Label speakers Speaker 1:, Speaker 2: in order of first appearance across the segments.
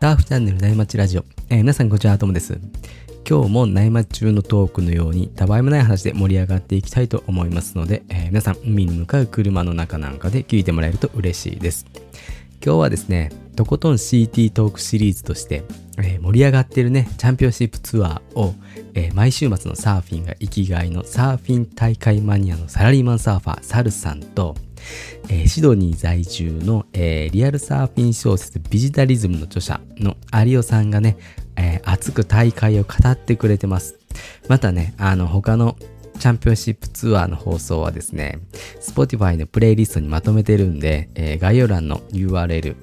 Speaker 1: ターフチャンネル内町ラジオ、えー皆さんこんにちはともです今日も内町中のトークのようにたわいもない話で盛り上がっていきたいと思いますので、えー皆さん海に向かう車の中なんかで聞いてもらえると嬉しいです今日はですねとことん CT トークシリーズとして、えー盛り上がってるねチャンピオンシップツアーを、えー毎週末のサーフィンが生きがいのサーフィン大会マニアのサラリーマンサーファーサルさんと、えーシドニー在住の、えーリアルサーフィン小説ビジタリズムの著者の有オさんがね、えー熱く大会を語ってくれてますまたねあの他のチャンピオンシップツアーの放送はですね Spotify のプレイリストにまとめてるんで、えー概要欄の URL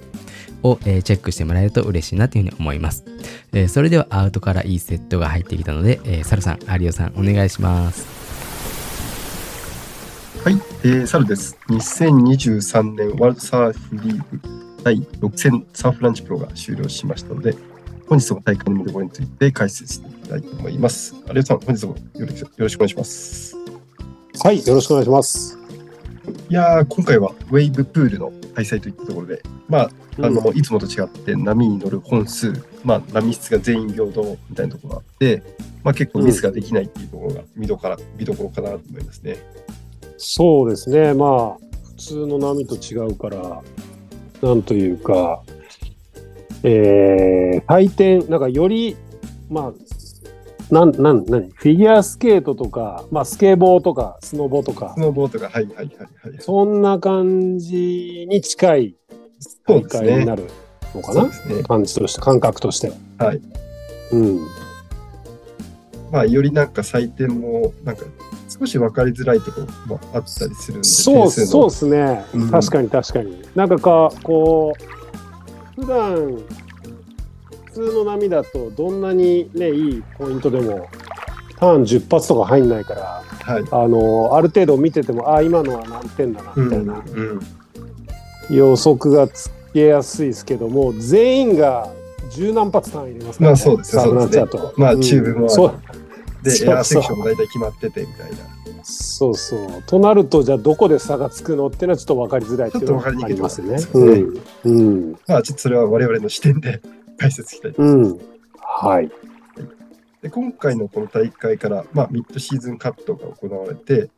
Speaker 1: を、えーチェックしてもらえると嬉しいなというふうに思います、えーそれではアウトからいいセットが入ってきたので、えー、サルさん有オさんお願いします
Speaker 2: はい、えー、サルです。2023年ワールドサーフリーグ第6戦サーフランチプロが終了しましたので、本日の大会の見どころについて解説していきたいと思います。有吉さん、本日もよろしくよろしくお願いします。
Speaker 3: はい、よろしくお願いします。
Speaker 2: いやー、今回はウェイブプールの開催といったところで、まあ、あのいつもと違って波に乗る本数、まあ、波質が全員平等みたいなところがあって、まあ、結構ミスができないっていうところが見どころ見どころかなと思いますね。
Speaker 3: そうですね、まあ、普通の波と違うから、なんというか、えー、回転、なんかより、まあ、なん、なん、なに、フィギュアスケートとか、まあ、スケボーとか、スノボとか
Speaker 2: ス、ノーボードが、はいはいはいはい。
Speaker 3: そんな感じに近い
Speaker 2: そう
Speaker 3: 大
Speaker 2: です
Speaker 3: 会に
Speaker 2: ね
Speaker 3: な。るのか
Speaker 2: そう
Speaker 3: な
Speaker 2: で、すね。
Speaker 3: 感じとして、感覚としては。
Speaker 2: はい。
Speaker 3: うん。
Speaker 2: まあ、よりなんか採点もなんか少し分かりづらいところもあったりするんで
Speaker 3: そう
Speaker 2: 点数の
Speaker 3: そうですね、
Speaker 2: うん
Speaker 3: 確かに確かになんかかこう普段普通の波だとどんなにねいいポイントでもターン10発とか入んないから
Speaker 2: はい
Speaker 3: あのある程度見ててもあ今のは何点だな
Speaker 2: うん
Speaker 3: みたいな
Speaker 2: うん
Speaker 3: 予測がつけやすいですけども全員が十何発ターン入れますから、
Speaker 2: まあそうですね
Speaker 3: サブナッチャー
Speaker 2: そうで
Speaker 3: と
Speaker 2: すねまあ
Speaker 3: うん
Speaker 2: チューブもある
Speaker 3: そう
Speaker 2: で
Speaker 3: そう
Speaker 2: エアーセクションも大体決まっててみたいな
Speaker 3: そうそう。となると、じゃあどこで差がつくのってのはちょっと分かりづらいっていうの
Speaker 2: ちょっと分
Speaker 3: が
Speaker 2: か
Speaker 3: あ
Speaker 2: り
Speaker 3: り
Speaker 2: に
Speaker 3: ま
Speaker 2: く
Speaker 3: す
Speaker 2: い
Speaker 3: ね
Speaker 2: と。ころ
Speaker 3: う
Speaker 2: です
Speaker 3: ん。うん。
Speaker 2: まあちょっとそれは我々の視点で 解説したい
Speaker 3: うん。はい。
Speaker 2: で今回のこの大会から、まあ、ミッドシーズンカットが行われて、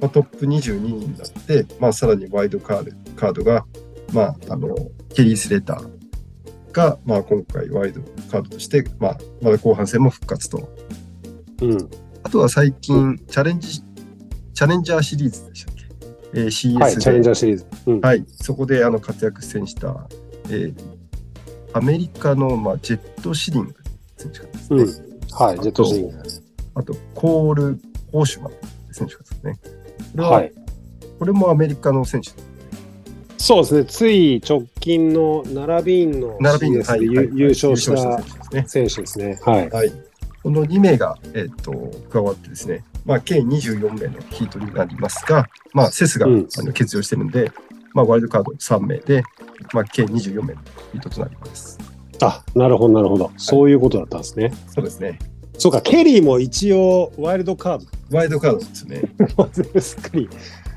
Speaker 2: まあ、トップ22人になって、まあ、さらにワイドカードカードが、まあ、あのケリー・スレターが、まあ、今回ワイドカードとして、まあ、まだ後半戦も復活と
Speaker 3: うん。
Speaker 2: あとは最近、チャレンジ、チャレンジャーシリーズでしたっけ、えー ?CS で、
Speaker 3: はい、チャレンジャーシリーズ。うん。
Speaker 2: はいそこであの活躍戦した、えーアメリカの、まあ、ジェットシリング選手がですね、
Speaker 3: うんはい、ジェットシリング。
Speaker 2: あと、コール・ホーシュマン選手がですね、これは
Speaker 3: はい。
Speaker 2: これもアメリカの選手
Speaker 3: そうですね。つい直近の並び員の
Speaker 2: 並びに、
Speaker 3: CS で
Speaker 2: はいはい
Speaker 3: 優
Speaker 2: はい
Speaker 3: 優勝した
Speaker 2: 優勝選手です
Speaker 3: 選手ですね。はい
Speaker 2: ね。。はい、この2名が、えー、と加わってですね、まあ、計24名のヒートになりますが、まあ、セスが、
Speaker 3: うん
Speaker 2: あの欠場してるんで、まあ、ワイルドカード3名で、まあ、計24名のヒートとなります。
Speaker 3: あ、なるほど、なるほど。そういうことだったんですね。
Speaker 2: そうですね。
Speaker 3: そうか、ケリーも一応、ワイルドカー
Speaker 2: ワイルドカードです ね。
Speaker 3: ド、すっかり、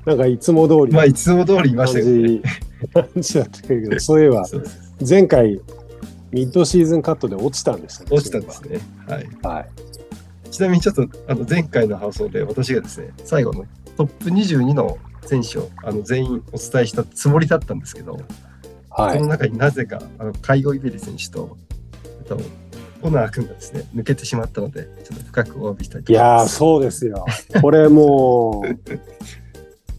Speaker 3: なんかいつも通り
Speaker 2: まあ、
Speaker 3: の
Speaker 2: いつも通りいまし
Speaker 3: 感
Speaker 2: たけどね。
Speaker 3: じ、感じだったけど、そういえば、
Speaker 2: そうです
Speaker 3: 前回、ミッドシーズンカットで落ちたんでしたね。
Speaker 2: 落ちたんですね。はい。
Speaker 3: はい。
Speaker 2: ちなみにちょっとあの前回の放送で私がですね、最後のトップ22の選手をあの全員お伝えしたつもりだったんですけど、
Speaker 3: は
Speaker 2: その
Speaker 3: い。
Speaker 2: 中になぜかあの介護イベリ選手とあとオナー君がですね抜けてしまったのでちょっと深くお詫びしたいと
Speaker 3: い
Speaker 2: 思い
Speaker 3: や
Speaker 2: ま
Speaker 3: ー、
Speaker 2: す。
Speaker 3: そうですよ。これもう、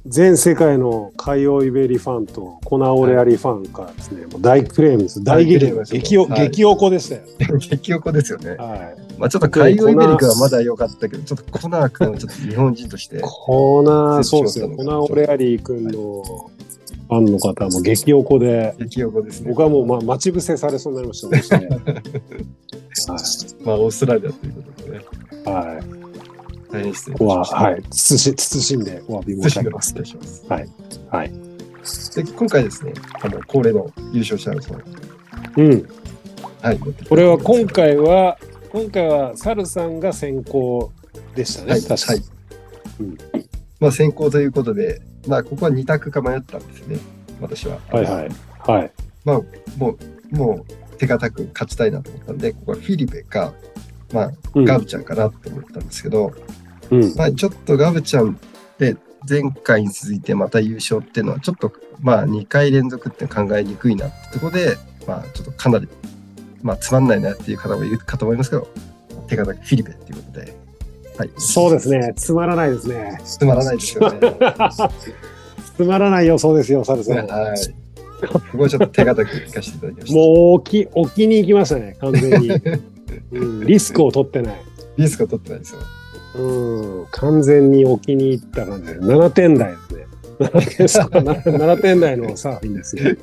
Speaker 3: 全世界の海洋イベリファンとコナオレアリファンからですね、もう大クレームです。大激
Speaker 2: 大クレーム
Speaker 3: 怒。
Speaker 2: ですよ
Speaker 3: 激お、
Speaker 2: はい
Speaker 3: 激おこでしたよ。
Speaker 2: 激横ですよね。
Speaker 3: はい。
Speaker 2: まあちょっと介護イベリ君はまだ良かったけど、ちょっとコナー君はちょっと日本人として、
Speaker 3: コナ、そうですよ。
Speaker 2: そう
Speaker 3: コナオレアリ君のファンの方も激おこで、
Speaker 2: 激横ですね。
Speaker 3: 僕はもう、ま、待ち伏せされそうになり ましたね。
Speaker 2: まあオーストラリアということでね、
Speaker 3: はい。はい。
Speaker 2: 大変失礼い
Speaker 3: ここ
Speaker 2: たしま
Speaker 3: は、
Speaker 2: した
Speaker 3: はい。慎慎んでお詫び申し上げます
Speaker 2: 失。礼します。
Speaker 3: はい。
Speaker 2: で今回ですね、あの恒例の優勝者のその
Speaker 3: うん。
Speaker 2: はい。
Speaker 3: これは今回は今回はサルさんが先行でしたね、
Speaker 2: はい
Speaker 3: 確かに、うん
Speaker 2: まあ先行ということで、まあここは二択か迷ったんですね。私は。
Speaker 3: はいはいはい
Speaker 2: もう、もう、手堅く勝ちたいなと思ったんで、ここはフィリペか、まあ、
Speaker 3: うん
Speaker 2: ガブちゃんかなと思ったんですけど、
Speaker 3: うん
Speaker 2: まあ、ちょっとガブちゃんって前回に続いてまた優勝っていうのはちょっとまあ2回連続って考えにくいなってとこでまあちょっとかなりまあつまんないなっていう方もいるかと思いますけど手堅くフィリペっていうことで、はい、
Speaker 3: そうですねつまらないですね
Speaker 2: つまらないですよ ね
Speaker 3: つまらない予想ですよサルさんも
Speaker 2: はいここはちょっと手堅く聞かせていただきまし
Speaker 3: う
Speaker 2: た
Speaker 3: 置き置きに行きましたね完全に、うん、リスクを取ってない
Speaker 2: リスクは取ってないですよ
Speaker 3: うん完全に置きに行った感じで7点台ですね7点差7点台のサーフィンですよ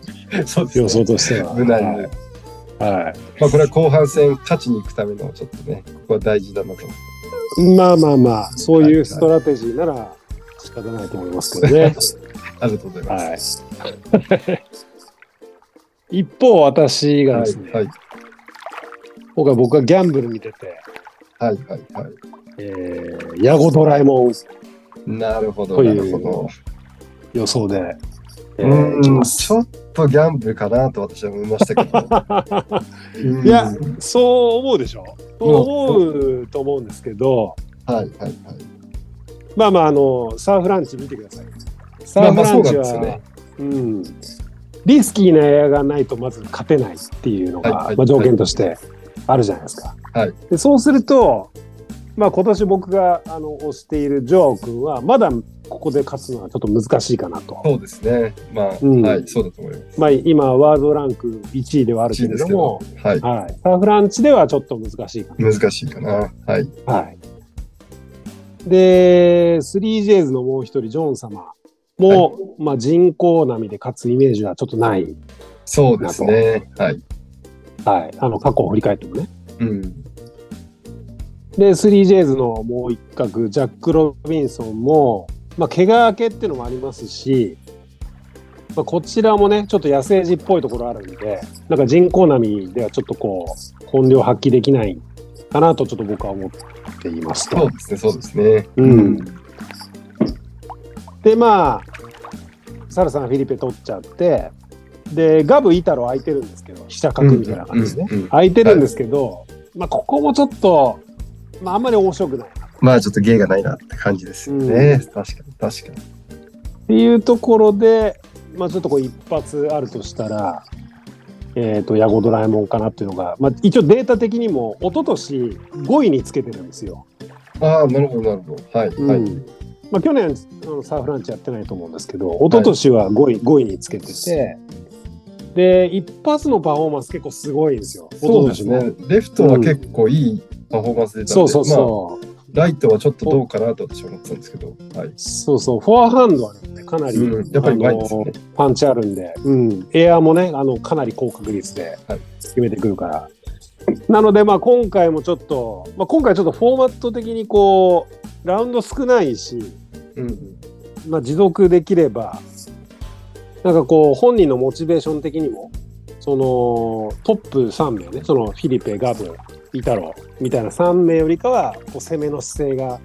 Speaker 2: そうですね
Speaker 3: 予想としては
Speaker 2: 無難
Speaker 3: は
Speaker 2: に
Speaker 3: い、はい
Speaker 2: まあこれは後半戦勝ちに行くためのちょっとねここは大事だなと
Speaker 3: まあまあまあ、そういうストラテジーなら仕方ないと思いますけどね。
Speaker 2: ありがとうございます、
Speaker 3: はい。一方、私がですね、
Speaker 2: はい
Speaker 3: 今回僕がギャンブルに出て、
Speaker 2: はいはいはい
Speaker 3: えー、ヤゴドラえもん
Speaker 2: なるほど
Speaker 3: とい
Speaker 2: な
Speaker 3: う
Speaker 2: るほど
Speaker 3: 予想で、え
Speaker 2: う
Speaker 3: ー、いき
Speaker 2: ーん
Speaker 3: ます
Speaker 2: ち。ょっとギャンブルかなと私は思いましたけど。うん
Speaker 3: いや、そう思うでしょそう思うと思うんですけど、
Speaker 2: はいはいはい。
Speaker 3: まあまあ、あの、サーフランチ見てください。サ
Speaker 2: まあ
Speaker 3: ー
Speaker 2: ま
Speaker 3: フ
Speaker 2: あ
Speaker 3: ラ
Speaker 2: そう
Speaker 3: ン
Speaker 2: な
Speaker 3: チ
Speaker 2: ん
Speaker 3: は、
Speaker 2: ですよね。
Speaker 3: うん、リスキーなエアがないとまず勝てないっていうのが、
Speaker 2: はいはい
Speaker 3: まあ、条件としてあるじゃないですか。
Speaker 2: はい
Speaker 3: でそうすると、まあ、今年僕があの推しているジョー君はまだここで勝つのはちょっと難しいかなと、
Speaker 2: そうですね。まあ、
Speaker 3: うん
Speaker 2: はい、そうだと思います。
Speaker 3: まあ、今ワールドランク1位ではあるけ
Speaker 2: いい
Speaker 3: れども、
Speaker 2: はい、
Speaker 3: はい、サーフランチではちょっと難しいか
Speaker 2: 難しいかな。はい。
Speaker 3: な。はい、で 3Js のもう一人ジョン様も、まあ、人工波で勝つイメージはちょっとない、
Speaker 2: そうですね。はい。
Speaker 3: はい、あの過去を振り返ってもね。
Speaker 2: うん。
Speaker 3: で、3Js のもう一角、ジャック・ロビンソンも、まあ、怪我明けっていうのもありますし、まあ、こちらもね、ちょっと野生児っぽいところあるんで、なんか人工波ではちょっとこう、本領発揮できないかなと、ちょっと僕は思っています
Speaker 2: そ
Speaker 3: と
Speaker 2: う。ですね。そうですね。
Speaker 3: うん。で、まあ、サルさん、フィリペ取っちゃって、で、ガブ・イタロ空いてるんですけど、飛車角みたいな感じですね。
Speaker 2: うんうんうん
Speaker 3: 空いてるんですけど、まあ、ここもちょっと、まあ、あんまり面白くない。
Speaker 2: まあ、ちょっと芸がないなって感じですよね。確かに、確かに。
Speaker 3: っていうところで、まあ、ちょっとこう一発あるとしたら、えー、とヤゴドラえもんかなっていうのが、まあ、一応データ的にも一昨年5位につけてるんですよ。
Speaker 2: ああ、なるほど、なるほど。はい、
Speaker 3: うん
Speaker 2: はい。
Speaker 3: まあ、去年あのサーフランチやってないと思うんですけど一昨年は5位,、5位につけててで一発のパフォーマンス結構すごいんですよ。
Speaker 2: そうです
Speaker 3: 一昨年も。
Speaker 2: ね。レフトは結構いいパフォーマンス出たんで、
Speaker 3: そうそう
Speaker 2: ま
Speaker 3: そう。
Speaker 2: あ、ライトはちょっとどうかなと私は思ってたんですけど、はい。
Speaker 3: そうそう、フォアハンドはね、かなり、
Speaker 2: うんやっぱりうまいですね
Speaker 3: あのパンチあるんで、うん、エアーもね、あのかなり高確率で
Speaker 2: はい
Speaker 3: 決めてくるから。なので、まあ、今回もちょっと、まあ、今回ちょっとフォーマット的にこう、ラウンド少ないし、
Speaker 2: うん。
Speaker 3: まあ、持続できれば、なんかこう、本人のモチベーション的にも、そのトップ3名ね、そのフィリペ、ガブ、イタロみたいな3名よりかは、こう攻めの姿勢が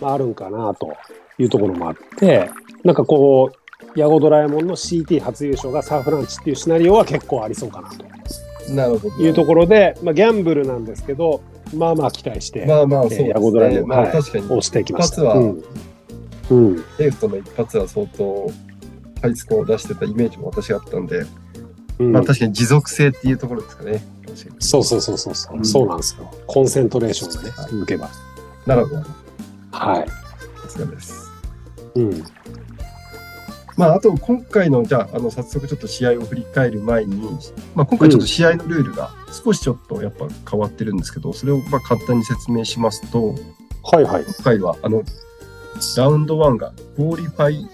Speaker 3: まああるんかなというところもあって、なんかこう、ヤゴドラえもんの CT 初優勝がサーフランチっていうシナリオは結構ありそうかなと
Speaker 2: なるほど。
Speaker 3: いうところで、まあ、ギャンブルなんですけど、まあまあ期待して
Speaker 2: まあまあ、そうで
Speaker 3: えー
Speaker 2: すね
Speaker 3: ヤゴドラえもん
Speaker 2: まあ、
Speaker 3: はい
Speaker 2: 確かに、
Speaker 3: 押していきました。
Speaker 2: 一発は
Speaker 3: うんうん
Speaker 2: レフトの一発は相当、ハイスコアを出してたイメージも私があったんで、
Speaker 3: うん
Speaker 2: まあ確かに持続性っていうところですかね。確かに
Speaker 3: そうそうそうそうそう、
Speaker 2: うん
Speaker 3: そうなんですよ。コンセントレーションがね
Speaker 2: は、い
Speaker 3: 向けば。
Speaker 2: なるほど、
Speaker 3: は
Speaker 2: さすがです。
Speaker 3: い。うん。
Speaker 2: まあ、あと今回の、じゃあ、あの早速ちょっと試合を振り返る前に、まあ、今回ちょっと試合のルールが少しちょっとやっぱ変わってるんですけど、それをまあ簡単に説明しますと、
Speaker 3: はいはい。
Speaker 2: 今回はあのラウンド1がクオリファイ、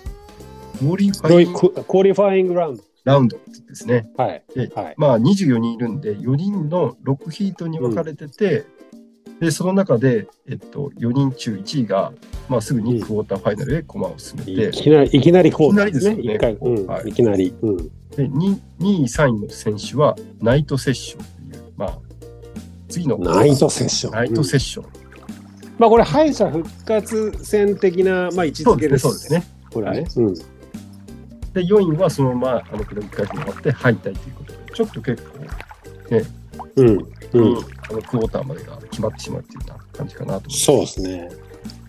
Speaker 2: クオリフ
Speaker 3: ク
Speaker 2: ァ
Speaker 3: リ
Speaker 2: イ
Speaker 3: ククオリファイングラウン
Speaker 2: ラウンドですね。
Speaker 3: ド。はい
Speaker 2: え。
Speaker 3: はい。
Speaker 2: まあ、24人いるんで、4人の6ヒートに分かれてて、で、その中で、えっと、4人中1位が、まあ、すぐにクォーターファイナルへ駒を進めて、
Speaker 3: い
Speaker 2: で
Speaker 3: きなり、いきなりこう
Speaker 2: いきなりですよね
Speaker 3: 一回、
Speaker 2: は
Speaker 3: うん。
Speaker 2: い
Speaker 3: いきなり。うん。
Speaker 2: 2, 位、3位の選手は、ナイトセッションという、まあ、次の
Speaker 3: ナイトセッション。
Speaker 2: ナイトセッション。
Speaker 3: うんまあこれ、敗者復活戦的な、まあ位置
Speaker 2: そ
Speaker 3: づ
Speaker 2: うですね、
Speaker 3: けです。
Speaker 2: そうです。ね。
Speaker 3: これはね。
Speaker 2: で、4位はそのまま、あの、これ1回戦終わって敗退ということで、ちょっと結構、
Speaker 3: うん、う
Speaker 2: あ
Speaker 3: ん、
Speaker 2: のクォーターまでが決まってしまうっていうような感じかなと思います。
Speaker 3: そうですね。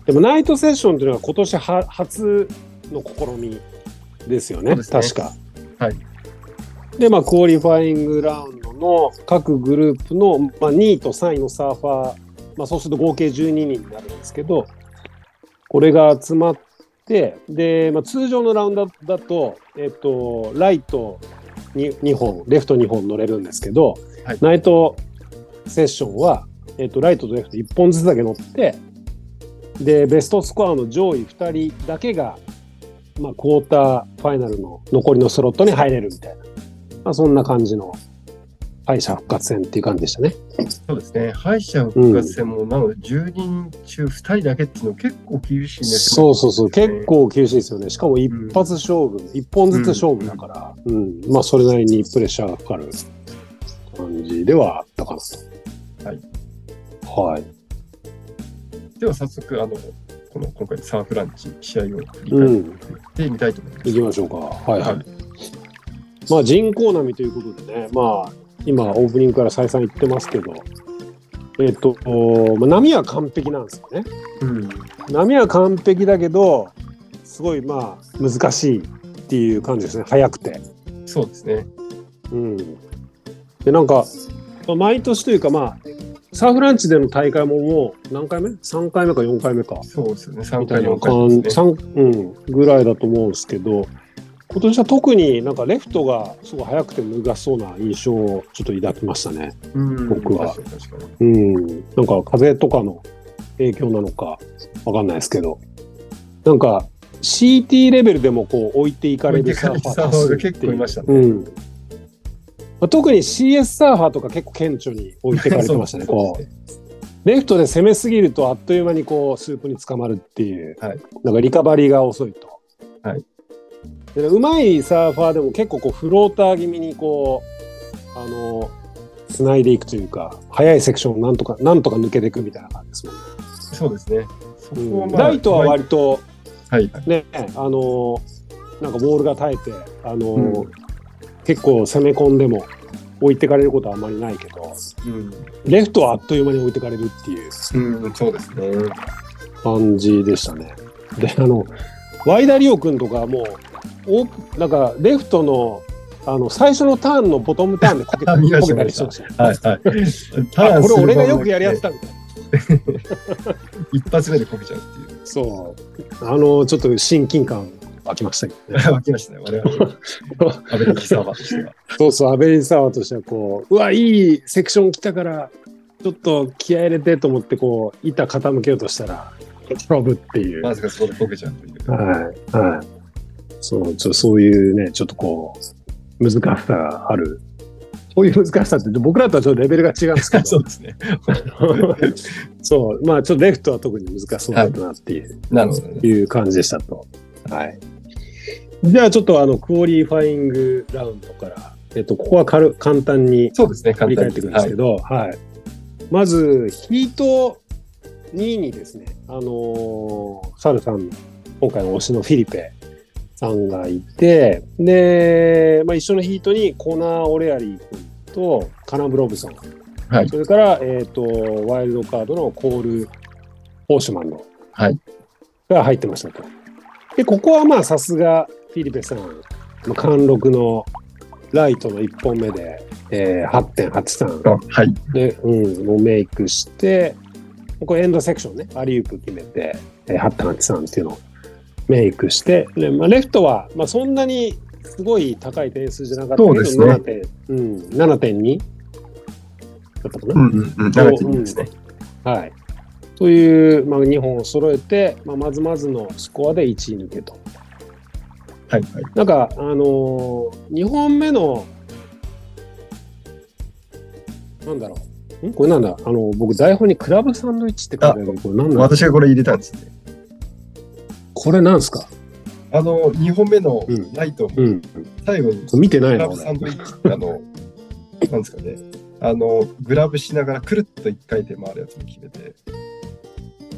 Speaker 3: でもナイトセッションというのは今年は初の試みですよね、
Speaker 2: そうですね
Speaker 3: 確か。
Speaker 2: はい。
Speaker 3: で、まあ、クオリファイングラウンドの各グループの、まあ、2位と3位のサーファー、まあ、そうすると合計12人になるんですけど、これが集まって、で、まあ、通常のラウンドだと、えっと、ライト 2, 2本、レフト2本乗れるんですけど、
Speaker 2: はい
Speaker 3: ナイトセッションは、えっと、ライトとレフト1本ずつだけ乗って、で、ベストスコアの上位2人だけが、まあ、クォーターファイナルの残りのスロットに入れるみたいな、まあ、そんな感じの敗者復活戦っていう感じでしたね。
Speaker 2: そうですね。敗者復活戦も、なので10人中2人だけっていうのは結構厳しいんです
Speaker 3: そう
Speaker 2: よ
Speaker 3: そうそう、結構厳しいですよね。しかも一発勝負、一本ずつ勝負だから、うん、まあ、それなりにプレッシャーがかかる感じではあったかなと。
Speaker 2: はい。
Speaker 3: はい。
Speaker 2: では早速、あの、この今回のサーフランチ、試合を
Speaker 3: う
Speaker 2: 振り
Speaker 3: ん、
Speaker 2: 返ってみたいと思います。
Speaker 3: 行きましょうか。はいはい
Speaker 2: は。
Speaker 3: まあ人口並みということでね、まあ今オープニングから再三言ってますけど、えっ、と、まあ、波は完璧なんですよね。
Speaker 2: うん。
Speaker 3: 波は完璧だけど、すごいまあ難しいっていう感じですね。速くて。
Speaker 2: そうですね。
Speaker 3: うん。で、なんか、まあ毎年というかまあ、サーフランチでの大会ももう何回目 ?3 回目か4回目か。
Speaker 2: そうですよね。3
Speaker 3: みた
Speaker 2: 回
Speaker 3: いな
Speaker 2: 4
Speaker 3: 感
Speaker 2: 回
Speaker 3: じ、
Speaker 2: ですね。
Speaker 3: 三うん、ぐらいだと思うんですけど、今年は特になんかレフトがすごい速くて難しそうな印象をちょっと抱きましたね。
Speaker 2: うん
Speaker 3: 僕は
Speaker 2: 確かに確かに
Speaker 3: うん、なんか風とかの影響なのかわかんないですけど、なんか CT レベルでもこう置いていかれるサーファー多数って
Speaker 2: 置いてかれるサー
Speaker 3: いう
Speaker 2: ファーが結構いましたね
Speaker 3: うんまあ、特に CS サーファーとか結構顕著に置いてかれてましたね。
Speaker 2: そう
Speaker 3: こ
Speaker 2: で
Speaker 3: う
Speaker 2: すね
Speaker 3: レフトで攻めすぎるとあっという間にこうスープに捕まるっていう、
Speaker 2: はい
Speaker 3: なんかリカバリーが遅いと。
Speaker 2: はい
Speaker 3: でうまいサーファーでも結構こうフローター気味にこうあの繋いでいくというか速いセクションをなんとかなんとか抜けていくみたいな感じですもんね。
Speaker 2: そうですね。そこ
Speaker 3: う
Speaker 2: は
Speaker 3: ん
Speaker 2: まあ
Speaker 3: ライトは割と
Speaker 2: はいはい。
Speaker 3: ねあのなんかボールが耐えてあの、
Speaker 2: うん
Speaker 3: 結構攻め込んでも置いてかれることはあんまりないけど
Speaker 2: う。
Speaker 3: レフトはあっという間に置いてかれるっていうん
Speaker 2: うん、そうですね。
Speaker 3: 感じでしたね。であのワイダリオ君とかもうオープなんかレフトのあの最初のターンのボトムターンでこけた
Speaker 2: 見ま
Speaker 3: こ
Speaker 2: した
Speaker 3: けたりしてましたね。
Speaker 2: はいはい。こ
Speaker 3: あこれ俺がよくやるやつだみたいな。
Speaker 2: 一発目でこけちゃうっていう。
Speaker 3: そうあのちょっと親近感湧きましたけどね。
Speaker 2: 湧きましたね、我々は。アベレージサーバーとしては。
Speaker 3: そうそうアベリサワーとしてはこううわいいセクション来たからちょっと気合い入れてと思ってこう板傾けようとしたらロブっていう。
Speaker 2: まさかそこでこけちゃうという。
Speaker 3: はい、はい。そう、ちょそういうね、ちょっとこう、難しさがある。そういう難しさって、僕らとはちょっとレベルが違うんですけど、
Speaker 2: そ
Speaker 3: そう
Speaker 2: ですね。
Speaker 3: うまあ、ちょっとレフトは特に難しそうだったなっていう,、
Speaker 2: なるほどね。
Speaker 3: い、う感じでしたと。はい。じゃあ、ちょっとあの、クオリファイングラウンドから、えっと、ここは軽簡単に
Speaker 2: そうですね、
Speaker 3: 振
Speaker 2: 簡
Speaker 3: り
Speaker 2: 単
Speaker 3: 返っ
Speaker 2: に。
Speaker 3: ていくんですけど、はい。まず、ヒート2位にですね、あのーサルさんの、今回の推しのフィリペさんがいて、で、まあ、一緒のヒートにコナー・オレアリー君とカナブ・ロブソン、
Speaker 2: はい
Speaker 3: それから、えっ、と、ワイルドカードのコール・オーシュマンの、
Speaker 2: はい
Speaker 3: が入ってましたと。で、ここはまあ、さすがフィリペさん、まあ貫禄のライトの1本目で、えー、8.83。
Speaker 2: はい。あはい。
Speaker 3: で、うん、をメイクして、これエンドセクションね、アリウープ決めて、えー、ハッタンチさんっていうのをメイクして、でまあ、レフトは、まあ、そんなにすごい高い点数じゃなかったけ
Speaker 2: そう
Speaker 3: ど、
Speaker 2: ですね
Speaker 3: 7点うん、7.2だったかな。
Speaker 2: うんうんうん。長きですね。
Speaker 3: はい。という、まあ、2本を揃えて、まあ、まずまずのスコアで1位抜けと。
Speaker 2: はいはい。
Speaker 3: なんか、あのー、2本目の、なんだろう。んこれなんだあの、僕、台本にクラブサンドイッチって書いてあるけど、これなんだ
Speaker 2: 私がこれ入れたんですね。
Speaker 3: これなんですか
Speaker 2: あの、2本目の
Speaker 3: うん
Speaker 2: ライト、
Speaker 3: うん。
Speaker 2: 最後に
Speaker 3: 見てな
Speaker 2: グ
Speaker 3: い
Speaker 2: ラ
Speaker 3: の
Speaker 2: ブ
Speaker 3: 俺
Speaker 2: サンドイッチってあの、なんですかね、あの、グラブしながらくるっと一回転回るやつも決めて、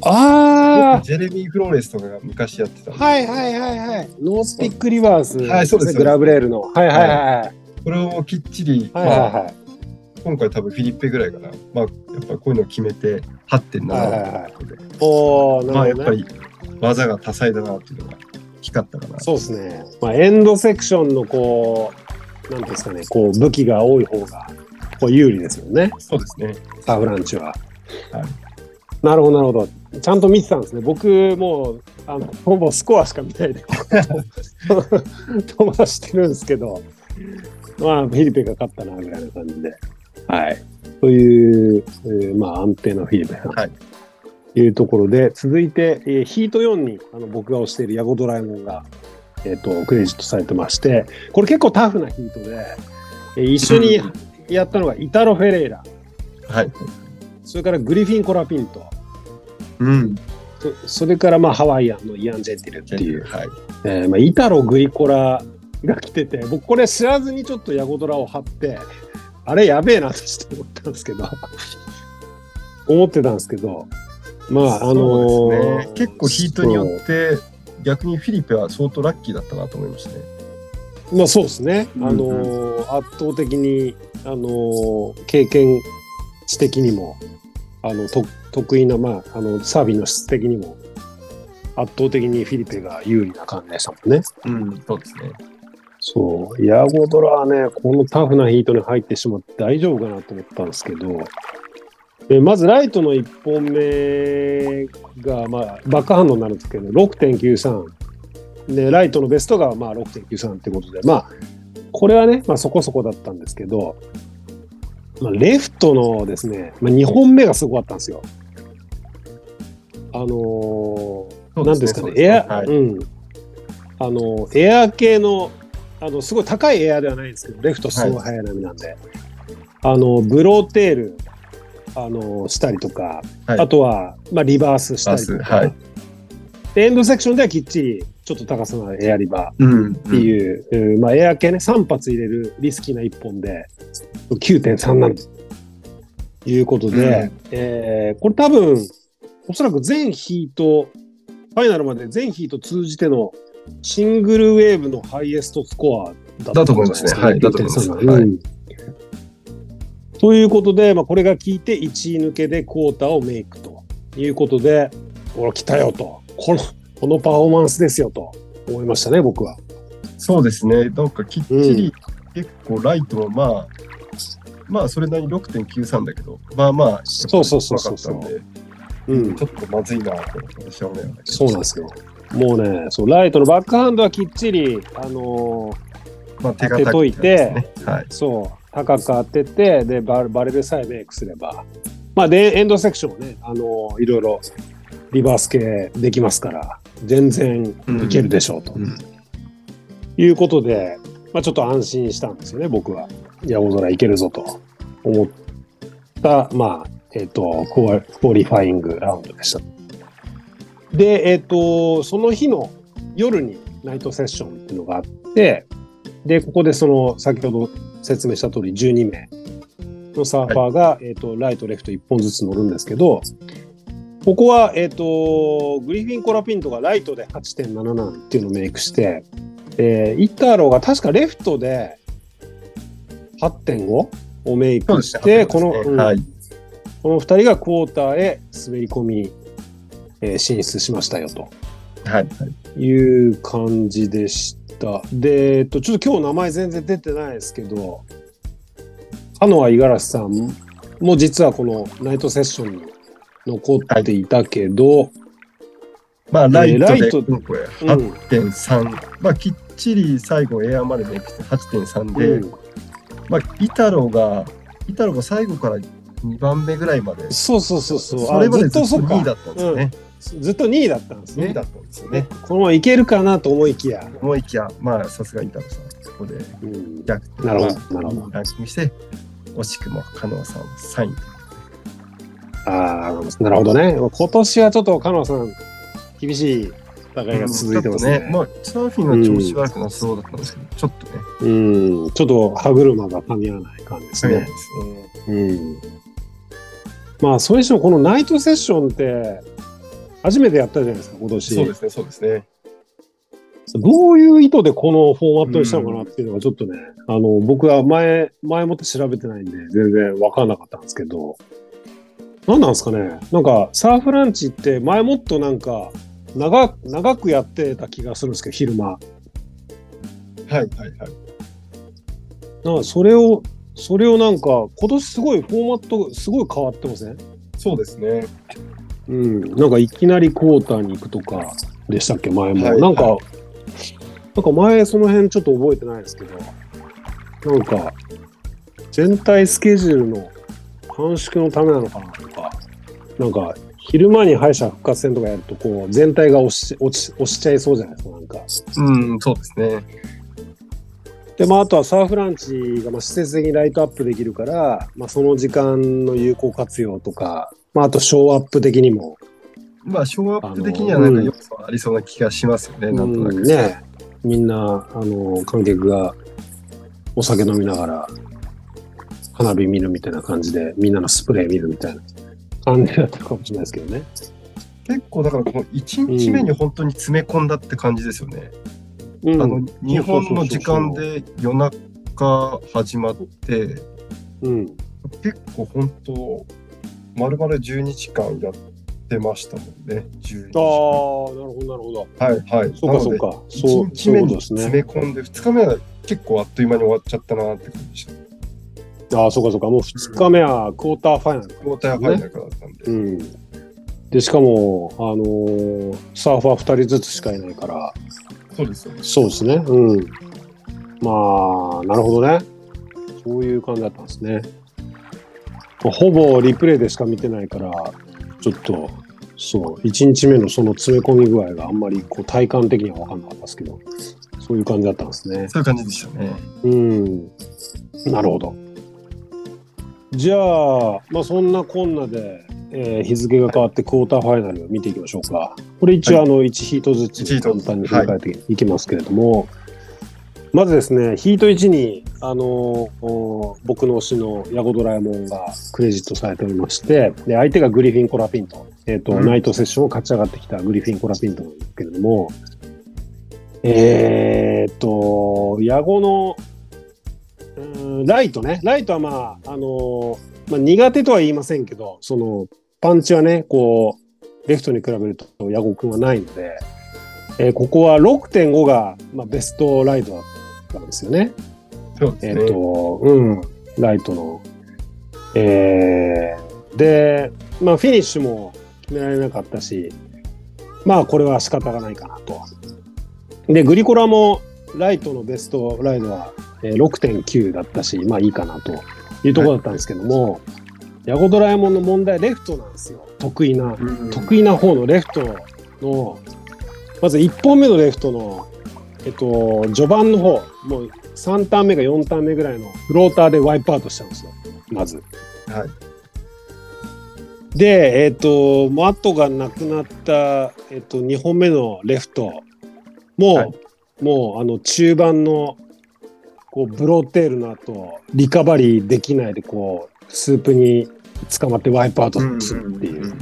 Speaker 3: あ
Speaker 2: ジェレミー・フローレスとかが昔やってたん
Speaker 3: あ
Speaker 2: で、
Speaker 3: はいはいはいはい。ノースピックリバース。
Speaker 2: はいそうです
Speaker 3: グラブレールの。はいはいはい。
Speaker 2: これをきっちり、
Speaker 3: はいはい
Speaker 2: まあ、
Speaker 3: はい。
Speaker 2: 今回多分フィリッペぐらいかな。まあ、やっぱこういうのを決めて8.7ということで、
Speaker 3: おおなる
Speaker 2: まあ、
Speaker 3: ほ
Speaker 2: や
Speaker 3: ど、ね
Speaker 2: っぱり技が多彩だなっていうのが光ったかな。
Speaker 3: そうですね、まあ、エンドセクションのこうなんていうんですかねこう武器が多い方がこう有利ですよね
Speaker 2: そうですね。
Speaker 3: サフランチは、
Speaker 2: はい
Speaker 3: なるほどなるほどちゃんと見てたんですね僕もうあのほぼスコアしか見ないで 飛ばしてるんですけどまあフィリペが勝ったなぐらいな感じではいという、えーまあ安定のフィリペさん
Speaker 2: はい
Speaker 3: というところで続いて、えーヒート4にあの僕が推しているヤゴドラえもんが、えー、とクレジットされてましてこれ結構タフなヒートで、えー一緒にやったのがイタロ・フェレイラ
Speaker 2: はい。
Speaker 3: それからグリフィン・コラピント
Speaker 2: うん。
Speaker 3: そそれからまあハワイアンのイアン・ジェンティルっていう、
Speaker 2: はい。
Speaker 3: えーまあ、イタロ・グイコラが来てて僕これ知らずにちょっとヤゴドラを張ってあれやべえなとちょっと思ったんですけ ど思ってたんですけどまああの
Speaker 2: そう
Speaker 3: ー
Speaker 2: ですね。結構ヒートによって、逆にフィリペは相当ラッキーだったなと思いましたね。
Speaker 3: まあそうですね、
Speaker 2: うんうん
Speaker 3: あのー圧倒的に、あのー経験値的にもあのと得意な、まあ、あのサービンの質的にも圧倒的にフィリペが有利な感じでしたもんね。
Speaker 2: うん、そうですね。
Speaker 3: そう、ヤゴドラはね、このタフなヒートに入ってしまって大丈夫かなと思ったんですけど、えまずライトの1本目が、まあ、バックハンドになるんですけど、6.93。で、ライトのベストが、まあ、6.93ってことで、まあ、これはね、まあ、そこそこだったんですけど、まあ、レフトのですね、まあ、2本目がすごかったんですよ。あのー
Speaker 2: そう
Speaker 3: なんですか
Speaker 2: そう
Speaker 3: ね、エア、
Speaker 2: はい。
Speaker 3: うん。あの、エアー系の、あの、すごい高いエアーではないんですけど、レフトすごい速い波なんで、あの、ブローテール、あの、したりとか、
Speaker 2: はい
Speaker 3: あとは、まあ、リバースした
Speaker 2: バ
Speaker 3: りと
Speaker 2: ス、
Speaker 3: か、
Speaker 2: はい。
Speaker 3: でエンドセクションではきっちり、ちょっと高さのあるエアリバ
Speaker 2: うん。っ
Speaker 3: ーっていう、うんまあ、エアー系ね、3発入れるリスキーな1本で、9.3なんです。いうことで、
Speaker 2: うん
Speaker 3: えーこれ多分、おそらく全ヒート、ファイナルまで全ヒート通じてのシングルウェーブのハイエストスコアだ
Speaker 2: だと思いますねはいだと思いますはい
Speaker 3: い。ということで、まあ、これが効いて1位抜けでクォーターをメイクということで、ほら、来たよと。この、このパフォーマンスですよと思いましたね、僕は。
Speaker 2: そうですね、なんかきっちり、結構ライトもまあ、まあそれなりに6.93だけど、まあまあ、やっぱり
Speaker 3: そうそうそうそうそう
Speaker 2: うまかったんで、
Speaker 3: うん
Speaker 2: ちょっとまずいなと私は思いました。
Speaker 3: そうなんですよ。もうね、そう、ライトのバックハンドはきっちり、あのー
Speaker 2: まあ手
Speaker 3: 当てといて
Speaker 2: ですねはい。
Speaker 3: そう、高く当てて、で、ババレルさえメイクすれば、まあ、で、エンドセクションをね、あのーいろいろリバース系できますから、全然いけるでしょうと。
Speaker 2: うん
Speaker 3: いうことで、まあ、ちょっと安心したんですよね、僕は。いや、大空いけるぞと思った、まあ、えっ、と、クオリクオリファイングラウンドでした。で、えっ、と、その日の夜にナイトセッションっていうのがあって、で、ここでその、先ほど説明した通り12名のサーファーが、えっ、と、ライト、レフト1本ずつ乗るんですけど、ここは、えっ、と、グリフィン・コラピントがライトで8.77っていうのをメイクして、えー、イタローが確かレフトで8.5をメイ
Speaker 2: そう
Speaker 3: ク
Speaker 2: で
Speaker 3: し
Speaker 2: す
Speaker 3: て、
Speaker 2: ね。
Speaker 3: この、うん
Speaker 2: はい。
Speaker 3: この2人がクォーターへ滑り込み、えー進出しましたよと。
Speaker 2: はい。
Speaker 3: いう感じでした。で、えっと、ちょっと今日名前全然出てないですけど、カノア五十嵐さんも実はこのナイトセッションに残っていたけど、
Speaker 2: まあライト
Speaker 3: ライ
Speaker 2: で、
Speaker 3: ト
Speaker 2: うんこれ
Speaker 3: うん
Speaker 2: 8.3、まあきっちり最後エアまでできて8.3で、
Speaker 3: うん
Speaker 2: まあイタロが、イタロが最後から2番目ぐらいまで、
Speaker 3: そうそうそうそう、
Speaker 2: それまで
Speaker 3: あ
Speaker 2: ずっと
Speaker 3: そっか
Speaker 2: 2位だったんですよね。
Speaker 3: ずっと2位だったんです
Speaker 2: 2位
Speaker 3: ね
Speaker 2: だ。ったんですよね。
Speaker 3: このままいけるかなと思いきや、
Speaker 2: 思いきや、まあ、さすがイタロさん、そこで
Speaker 3: うん
Speaker 2: 逆転
Speaker 3: なるほどなるほど
Speaker 2: ランキングして、惜しくもカノアさん3位。
Speaker 3: ああ、なるほどね。今年はちょっとカノアさん、厳しい戦いが続いてますね。
Speaker 2: ちょっとまあ、サーフィンは調子悪くなさそうだったんですけど、ちょっとね、
Speaker 3: うん、ちょっと歯車が噛み合わない感じです
Speaker 2: そう
Speaker 3: ね。
Speaker 2: なんですね。
Speaker 3: うんまあそれにしてもこのナイトセッションって初めてやったじゃないですか今年
Speaker 2: そうですね、そうですね。
Speaker 3: どういう意図でこのフォーマットにしたのかなっていうのがちょっとね、あの、僕は前、前もって調べてないんで、全然わかんなかったんですけど、何なんですかねなんか、サーフランチって前もっとなんか、長、長くやってた気がするんですけど、昼間。
Speaker 2: はいはいはい。
Speaker 3: なんかそれを、それをなんか、今年すごいフォーマットがすごい変わってません
Speaker 2: そうですね。
Speaker 3: うん、なんかいきなりクォーターに行くとかでしたっけ、前も。
Speaker 2: はい
Speaker 3: なんか、
Speaker 2: は
Speaker 3: なんか前、その辺ちょっと覚えてないですけど、なんか、全体スケジュールの短縮のためなのかなとか、なんか、昼間に敗者復活戦とかやると、こう、全体が押し落ち落ちちゃいそうじゃないですか、なんか。
Speaker 2: うん、そうですね。
Speaker 3: で、まあ、あとはサーフランチが、まあ、施設的にライトアップできるから、まあ、その時間の有効活用とか、まあ、あと、ショーアップ的にも、
Speaker 2: まあ、ショーアップ的にはなんか要素はありそうな気がしますよね、なんとな
Speaker 3: う
Speaker 2: く。
Speaker 3: んねみんなあの観客がお酒飲みながら花火見るみたいな感じでみんなのスプレー見るみたいな感じだったかもしれないですけどね。
Speaker 2: 結構だからこの1日目に本当に詰め込んだって感じですよね。
Speaker 3: うん
Speaker 2: あの日本の時間で夜中始まって
Speaker 3: うん、
Speaker 2: 結構本当丸々12時間やってましたもんね。12時
Speaker 3: ああな
Speaker 2: 間
Speaker 3: る
Speaker 2: は
Speaker 3: ほどなるほど。
Speaker 2: いはい。
Speaker 3: そうかそうか。そう
Speaker 2: 1日目
Speaker 3: そ
Speaker 2: に
Speaker 3: ういうことです
Speaker 2: 詰
Speaker 3: ね。
Speaker 2: め込んで、2日目は結構あっという間に終わっちゃったなって感じでした。
Speaker 3: ああそうかそうかもう2日目はクォーターファイナル
Speaker 2: クォーターファイナルからだったんで。
Speaker 3: うん、でしかも、あのーサーファー2人ずつしかいないから
Speaker 2: そうですよね。
Speaker 3: そうですねうんまあなるほどねそういう感じだったんですねまあほぼリプレイでしか見てないからちょっとそう1日目のその詰め込み具合があんまりこう体感的には分かんなかったですけどそういう感じだったんですね
Speaker 2: そういう感じでしたね。
Speaker 3: うんなるほど。じゃあ、まあ、そんなこんなで、えー日付が変わってクォーターファイナルを見ていきましょうか。これ一応、
Speaker 2: は
Speaker 3: あの1ヒートずつ
Speaker 2: 一ヒート
Speaker 3: 簡
Speaker 2: ずつ
Speaker 3: 単に振り返っていきますけれども、まずですね、ヒート1に、あのお僕の推しのヤゴドラえもんがクレジットされておりまして、で相手がグリフィン・コラピント、えーと
Speaker 2: うん
Speaker 3: ナイトセッションを勝ち上がってきたグリフィン・コラピントなんですけれども、えー、っと、ヤゴの、うーんライトね、ライトはまあ、あのーまあ、苦手とは言いませんけど、その、パンチはね、こう、レフトに比べると、矢後君はないので、えーここは6.5が、まあ、ベストライトだったんですよね。
Speaker 2: そうで
Speaker 3: え
Speaker 2: す
Speaker 3: っ、
Speaker 2: ね。
Speaker 3: と、うん、ライトの。えーで、まあ、フィニッシュも決められなかったし、まあ、これは仕方がないかなと。で、グリコラもライトのベストライドはえー6.9だったし、まあいいかなというところだったんですけども、ヤゴドラえもんの問題、レフトなんですよ。得意な。
Speaker 2: うん
Speaker 3: 得意な方のレフトの、まず1本目のレフトの、えっと、序盤の方、もう3ターン目か4ターン目ぐらいのフローターでワイプアウトしたんですよ、まず。
Speaker 2: はい
Speaker 3: で、えっと、もう後がなくなった、えっと、2本目のレフトも、
Speaker 2: はい
Speaker 3: もうあの中盤のこうブローテールの後リカバリーできないでこうスープに捕まってワイプアウトするっていう。
Speaker 2: うんうんうん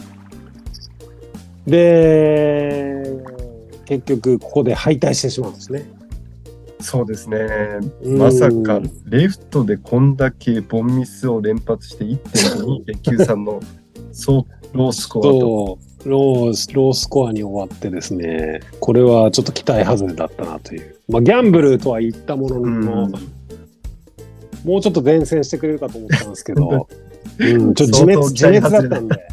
Speaker 3: で結局ここで敗退してしまうんですね。
Speaker 2: そうですね。まさか
Speaker 3: うん
Speaker 2: レフトでこんだけボンミスを連発して1.2.93の総ロースコアと
Speaker 3: そうローロースコアに終わってですねこれはちょっと期待外れだったなという、まあ、ギャンブルとは言ったものの、
Speaker 2: うん
Speaker 3: もうちょっと伝染してくれるかと思ったんです けど、うん、ちょっと自
Speaker 2: 相
Speaker 3: 滅
Speaker 2: 当
Speaker 3: 自滅だったんで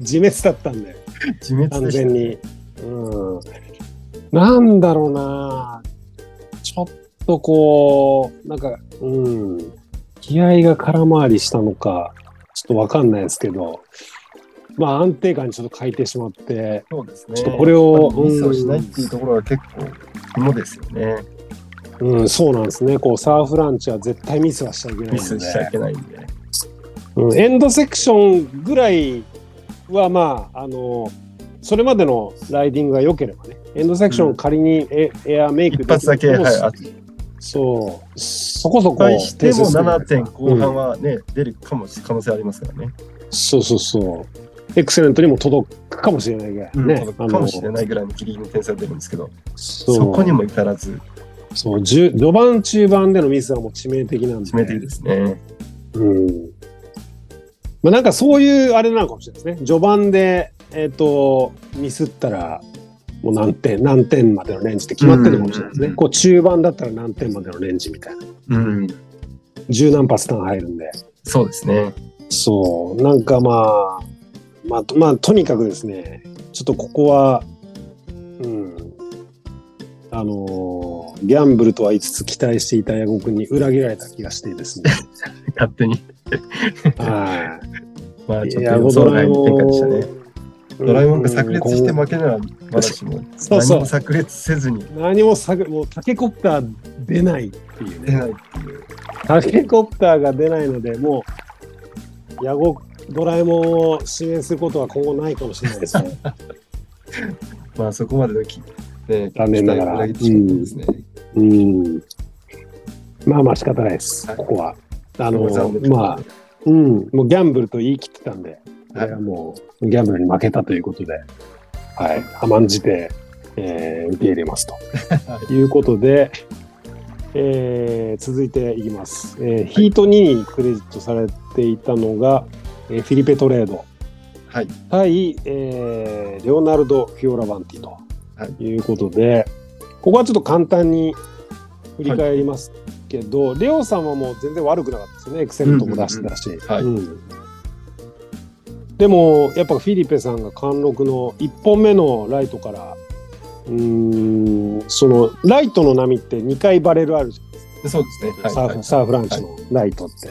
Speaker 3: 自滅だったんで
Speaker 2: 自滅
Speaker 3: 完
Speaker 2: でし
Speaker 3: 全
Speaker 2: た
Speaker 3: に。うん、なんだろうなちょっとこうなんかうん気合が空回りしたのかちょっとわかんないですけどまあ安定感にちょっと欠いてしまって
Speaker 2: そうですね。
Speaker 3: ちょっとこれを
Speaker 2: ミスをしないっていうところが結構肝ですよね。
Speaker 3: うんそうなんですねこうサーフランチは絶対ミスはしちゃいけない
Speaker 2: ミ
Speaker 3: ので
Speaker 2: スしちゃいけないんで。
Speaker 3: うん、エンドセクションぐらいはまああのそれまでのライディングが良ければねエンドセクション仮にエ,、エアメイクで
Speaker 2: 一発だけ、はい、あ
Speaker 3: そう、そこそこ
Speaker 2: 対しても7点後半
Speaker 3: は、
Speaker 2: はね、出るかもし可能性ありますからね。
Speaker 3: うんそうそうそう。エクセレントにも届くかもしれないぐらい
Speaker 2: うん
Speaker 3: ね。
Speaker 2: かもしれないぐらいのギリギリの点差が出るんですけど、
Speaker 3: そ
Speaker 2: そうこにも至らず、
Speaker 3: そうじゅ序盤中盤でのミスはもう致命的なんで。
Speaker 2: 決めていいですね。
Speaker 3: うん。まあなんかそういうあれなのかもしれないですね。序盤で、えっ、と、ミスったら、もう何点、何点までのレンジって決まってるのかもしれないですね。
Speaker 2: うん
Speaker 3: こう中盤だったら何点までのレンジみたいな。
Speaker 2: うん、
Speaker 3: 十何パスターン入るんで。
Speaker 2: そうですね。
Speaker 3: そう、なんかまあ、まあ、とまあ、とにかくですね、ちょっとここは、うん、あのーギャンブルとは言いつつ期待していた矢後君に裏切られた気がしてで すね。
Speaker 2: 勝手に。
Speaker 3: は
Speaker 2: まあ、
Speaker 3: い。
Speaker 2: ちょっと予想外の展開でしたね。ドラえもんが炸裂して
Speaker 3: ま
Speaker 2: 負けなら、まだしも、
Speaker 3: そう
Speaker 2: 何
Speaker 3: そう
Speaker 2: も。炸裂せずに
Speaker 3: 何もさもうタケコプター出ないっていう
Speaker 2: 出
Speaker 3: ね。
Speaker 2: ないっていう。
Speaker 3: タケコプターが出ないので、もう、矢後、ドラえもんを支援することは今後ないかもしれないですね。
Speaker 2: まあ、そこまでのき、ね、
Speaker 3: 残念ながら
Speaker 2: 期待を裏切ってしまったんですね。
Speaker 3: うん。まあまあ仕方ないです、
Speaker 2: はい
Speaker 3: ここは。あ
Speaker 2: あ
Speaker 3: の、まあ、うん、もうギャンブルと言い切ってたんで、これはもうギャンブルに負けたということで、はい、甘んじて、えー受け入れますということで、えー続いていきます、えーヒート2にクレジットされていたのが、えーフィリペトレード
Speaker 2: はい。
Speaker 3: 対、えーレオナルド・フィオラバンティと
Speaker 2: は
Speaker 3: いうことで、ここはちょっと簡単に振り返りますけど、レオさんはもう全然悪くなかったですよね、エクセルとも出してたし。
Speaker 2: はい
Speaker 3: うんでも、やっぱフィリペさんが貫禄の1本目のライトから、うーん、そのライトの波って2回バレルあるじゃん
Speaker 2: でそうですね。はい。
Speaker 3: サー
Speaker 2: は
Speaker 3: フ、
Speaker 2: い
Speaker 3: サーフランチのライトって。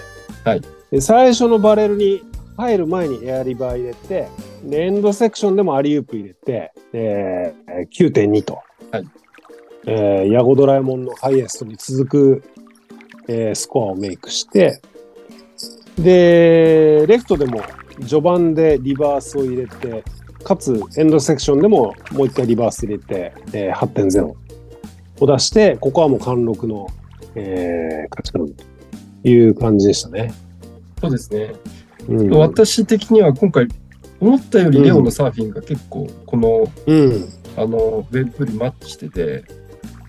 Speaker 2: はい
Speaker 3: で最初のバレルに入る前にエアリバー入れて、でエンドセクションでもアリウープ入れて、えー9.2と、
Speaker 2: はい
Speaker 3: えーヤゴドラえもんのハイエストに続く、えースコアをメイクして、で、レフトでも序盤でリバースを入れて、かつエンドセクションでももう一回リバース入れて、えー8.0を出して、ここはもう貫禄のえー、勝ち方という感じでしたね。
Speaker 2: そうですね。
Speaker 3: うん、
Speaker 2: 私的には今回、思ったよりレオのサーフィンが結構、この、
Speaker 3: うん、
Speaker 2: あの、ウェブにマッチしてて、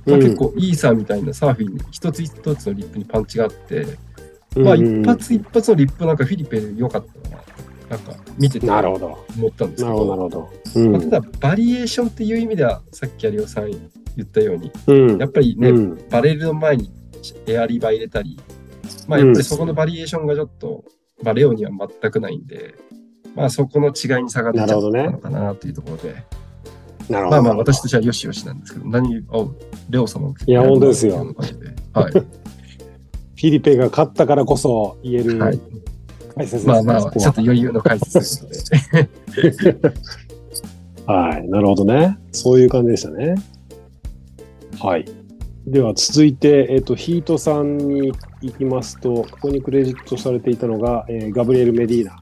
Speaker 3: う
Speaker 2: まあ、
Speaker 3: ん
Speaker 2: 結、構イーサーみたいなサーフィンに一つ一つのリップにパンチがあって、まあ一発一発のリップなんかフィリペ良かったな。なんか見て
Speaker 3: う
Speaker 2: て
Speaker 3: ん。なる
Speaker 2: 思
Speaker 3: ほど、
Speaker 2: ったんです
Speaker 3: な
Speaker 2: け
Speaker 3: るほど、
Speaker 2: ど、
Speaker 3: なるほど。うん
Speaker 2: まあ、ただバリエーションっていう意味ではさっき有吉さん言ったように
Speaker 3: うん
Speaker 2: やっぱりね、
Speaker 3: うん
Speaker 2: バレルの前にエアリバ入れたり、まあ、やっぱりそこのバリエーションがちょっと、まあ、レオには全くないんで、まあ、そこの違いに差が出ちゃったのかなというところで、
Speaker 3: なるほど。
Speaker 2: まあまあ、私としてはよしよしなんですけど、何を、レオ様も
Speaker 3: いや本当ですよ
Speaker 2: ような感じではい。
Speaker 3: フィリペが勝ったからこそ言える
Speaker 2: はい
Speaker 3: 解説ですね、
Speaker 2: まあまあ、ちょ
Speaker 3: そ
Speaker 2: っ
Speaker 3: ことは
Speaker 2: 余裕の解説ですので、
Speaker 3: はい、なるほどね。そういう感じでしたね。はい。では続いて、えっ、と、ヒートさんに行きますと、ここにクレジットされていたのが、えーガブリエル・メディーナ、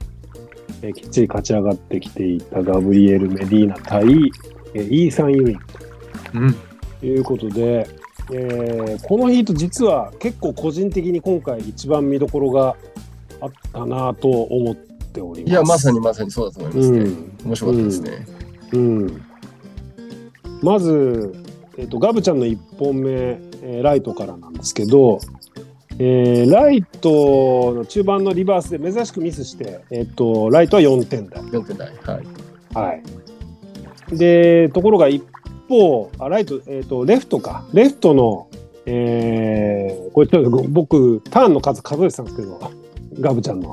Speaker 3: えーきっちり勝ち上がってきていたガブリエル・メディーナ対、えーイーサン・ユイン
Speaker 2: うん、
Speaker 3: ということで、えーこのヒート実は結構個人的に今回一番見どころがあったなと思っております。
Speaker 2: いや、まさにまさにそうだと思いますね。
Speaker 3: うん
Speaker 2: 面白かったですね。
Speaker 3: うん、まず、えっとガブちゃんの1本目、えーライトからなんですけど、えーライトの中盤のリバースで珍しくミスして、えっとライトは4点だ。
Speaker 2: 4点台。はい。
Speaker 3: はい、でところが一方あライト、えっとレフトかレフトの、えーこれちょっとご僕ターンの数数えてたんですけどガブちゃんの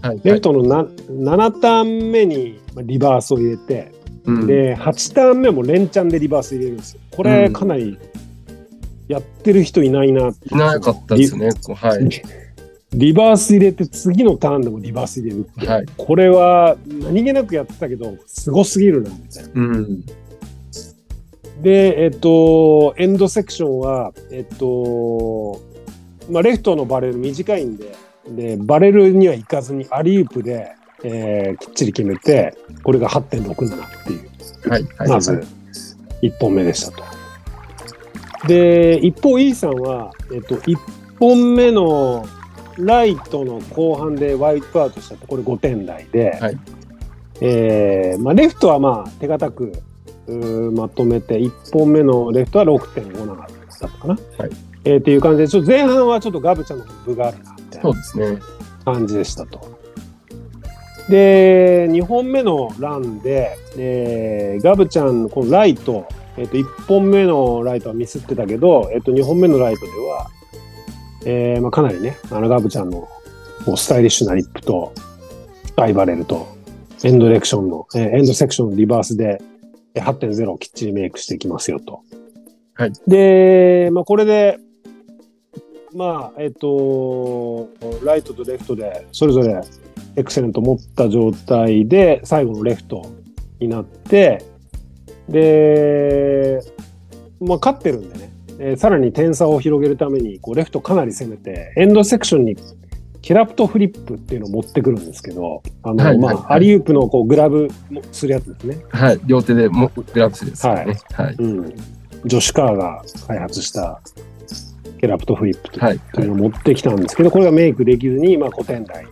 Speaker 2: はい。
Speaker 3: レ
Speaker 2: は
Speaker 3: フ
Speaker 2: い
Speaker 3: トのな、7ターン目にまあリバースを入れて。
Speaker 2: うん、
Speaker 3: で8ターン目も連チャンでリバース入れるんですよ。これ
Speaker 2: うん
Speaker 3: かなりやってる人いないなって
Speaker 2: いなかったですね。こうはい。
Speaker 3: リバース入れて次のターンでもリバース入れるって、
Speaker 2: はい。
Speaker 3: これは何気なくやってたけどすごすぎるなみたいな。
Speaker 2: うん。
Speaker 3: で、えっと、エンドセクションは、えっとまあ、レフトのバレル短いんででバレルには行かずにアリウープで、えーきっちり決めてこれが8.67っていう。
Speaker 2: はい。はい。
Speaker 3: まず1本目でしたと。で、一方、E さんは、えっと、1本目のライトの後半でワイプアウトしちゃって、これ5点台で、
Speaker 2: はい
Speaker 3: えーまあ、レフトはまあ手堅くうーまとめて1本目のレフトは6.57だったかな、
Speaker 2: はい
Speaker 3: えーっていう感じでちょっと前半はちょっとガブちゃんの分があるなみたい
Speaker 2: そ
Speaker 3: な
Speaker 2: うですね。
Speaker 3: 感じでしたと。で2本目のランで、えーガブちゃんのこのライト、えっと1本目のライトはミスってたけど、えっと2本目のライトでは、えーまあ、かなりねあのガブちゃんのこうスタイリッシュなリップとアイバレルとエンドレクションの、えーエンドセクションのリバースでえー8.0をきっちりメイクしていきますよと。
Speaker 2: はい
Speaker 3: で、まあ、これでまあ、えっと、ライトとレフトで、それぞれエクセレント持った状態で、最後のレフトになって、で、まあ、勝ってるんでね、えーさらに点差を広げるために、こう、レフトかなり攻めて、エンドセクションにキラプトフリップっていうのを持ってくるんですけど、あの、
Speaker 2: はい
Speaker 3: ま
Speaker 2: はいはい
Speaker 3: あ、アリウープのこうグラブもするやつですね。
Speaker 2: はい。両手でもグラブスですよね。はい。
Speaker 3: うん。ジョシュカーが開発したキラプトフリップという
Speaker 2: はい。
Speaker 3: というのを持ってきたんですけど、これがメイクできずに、まあ、古典台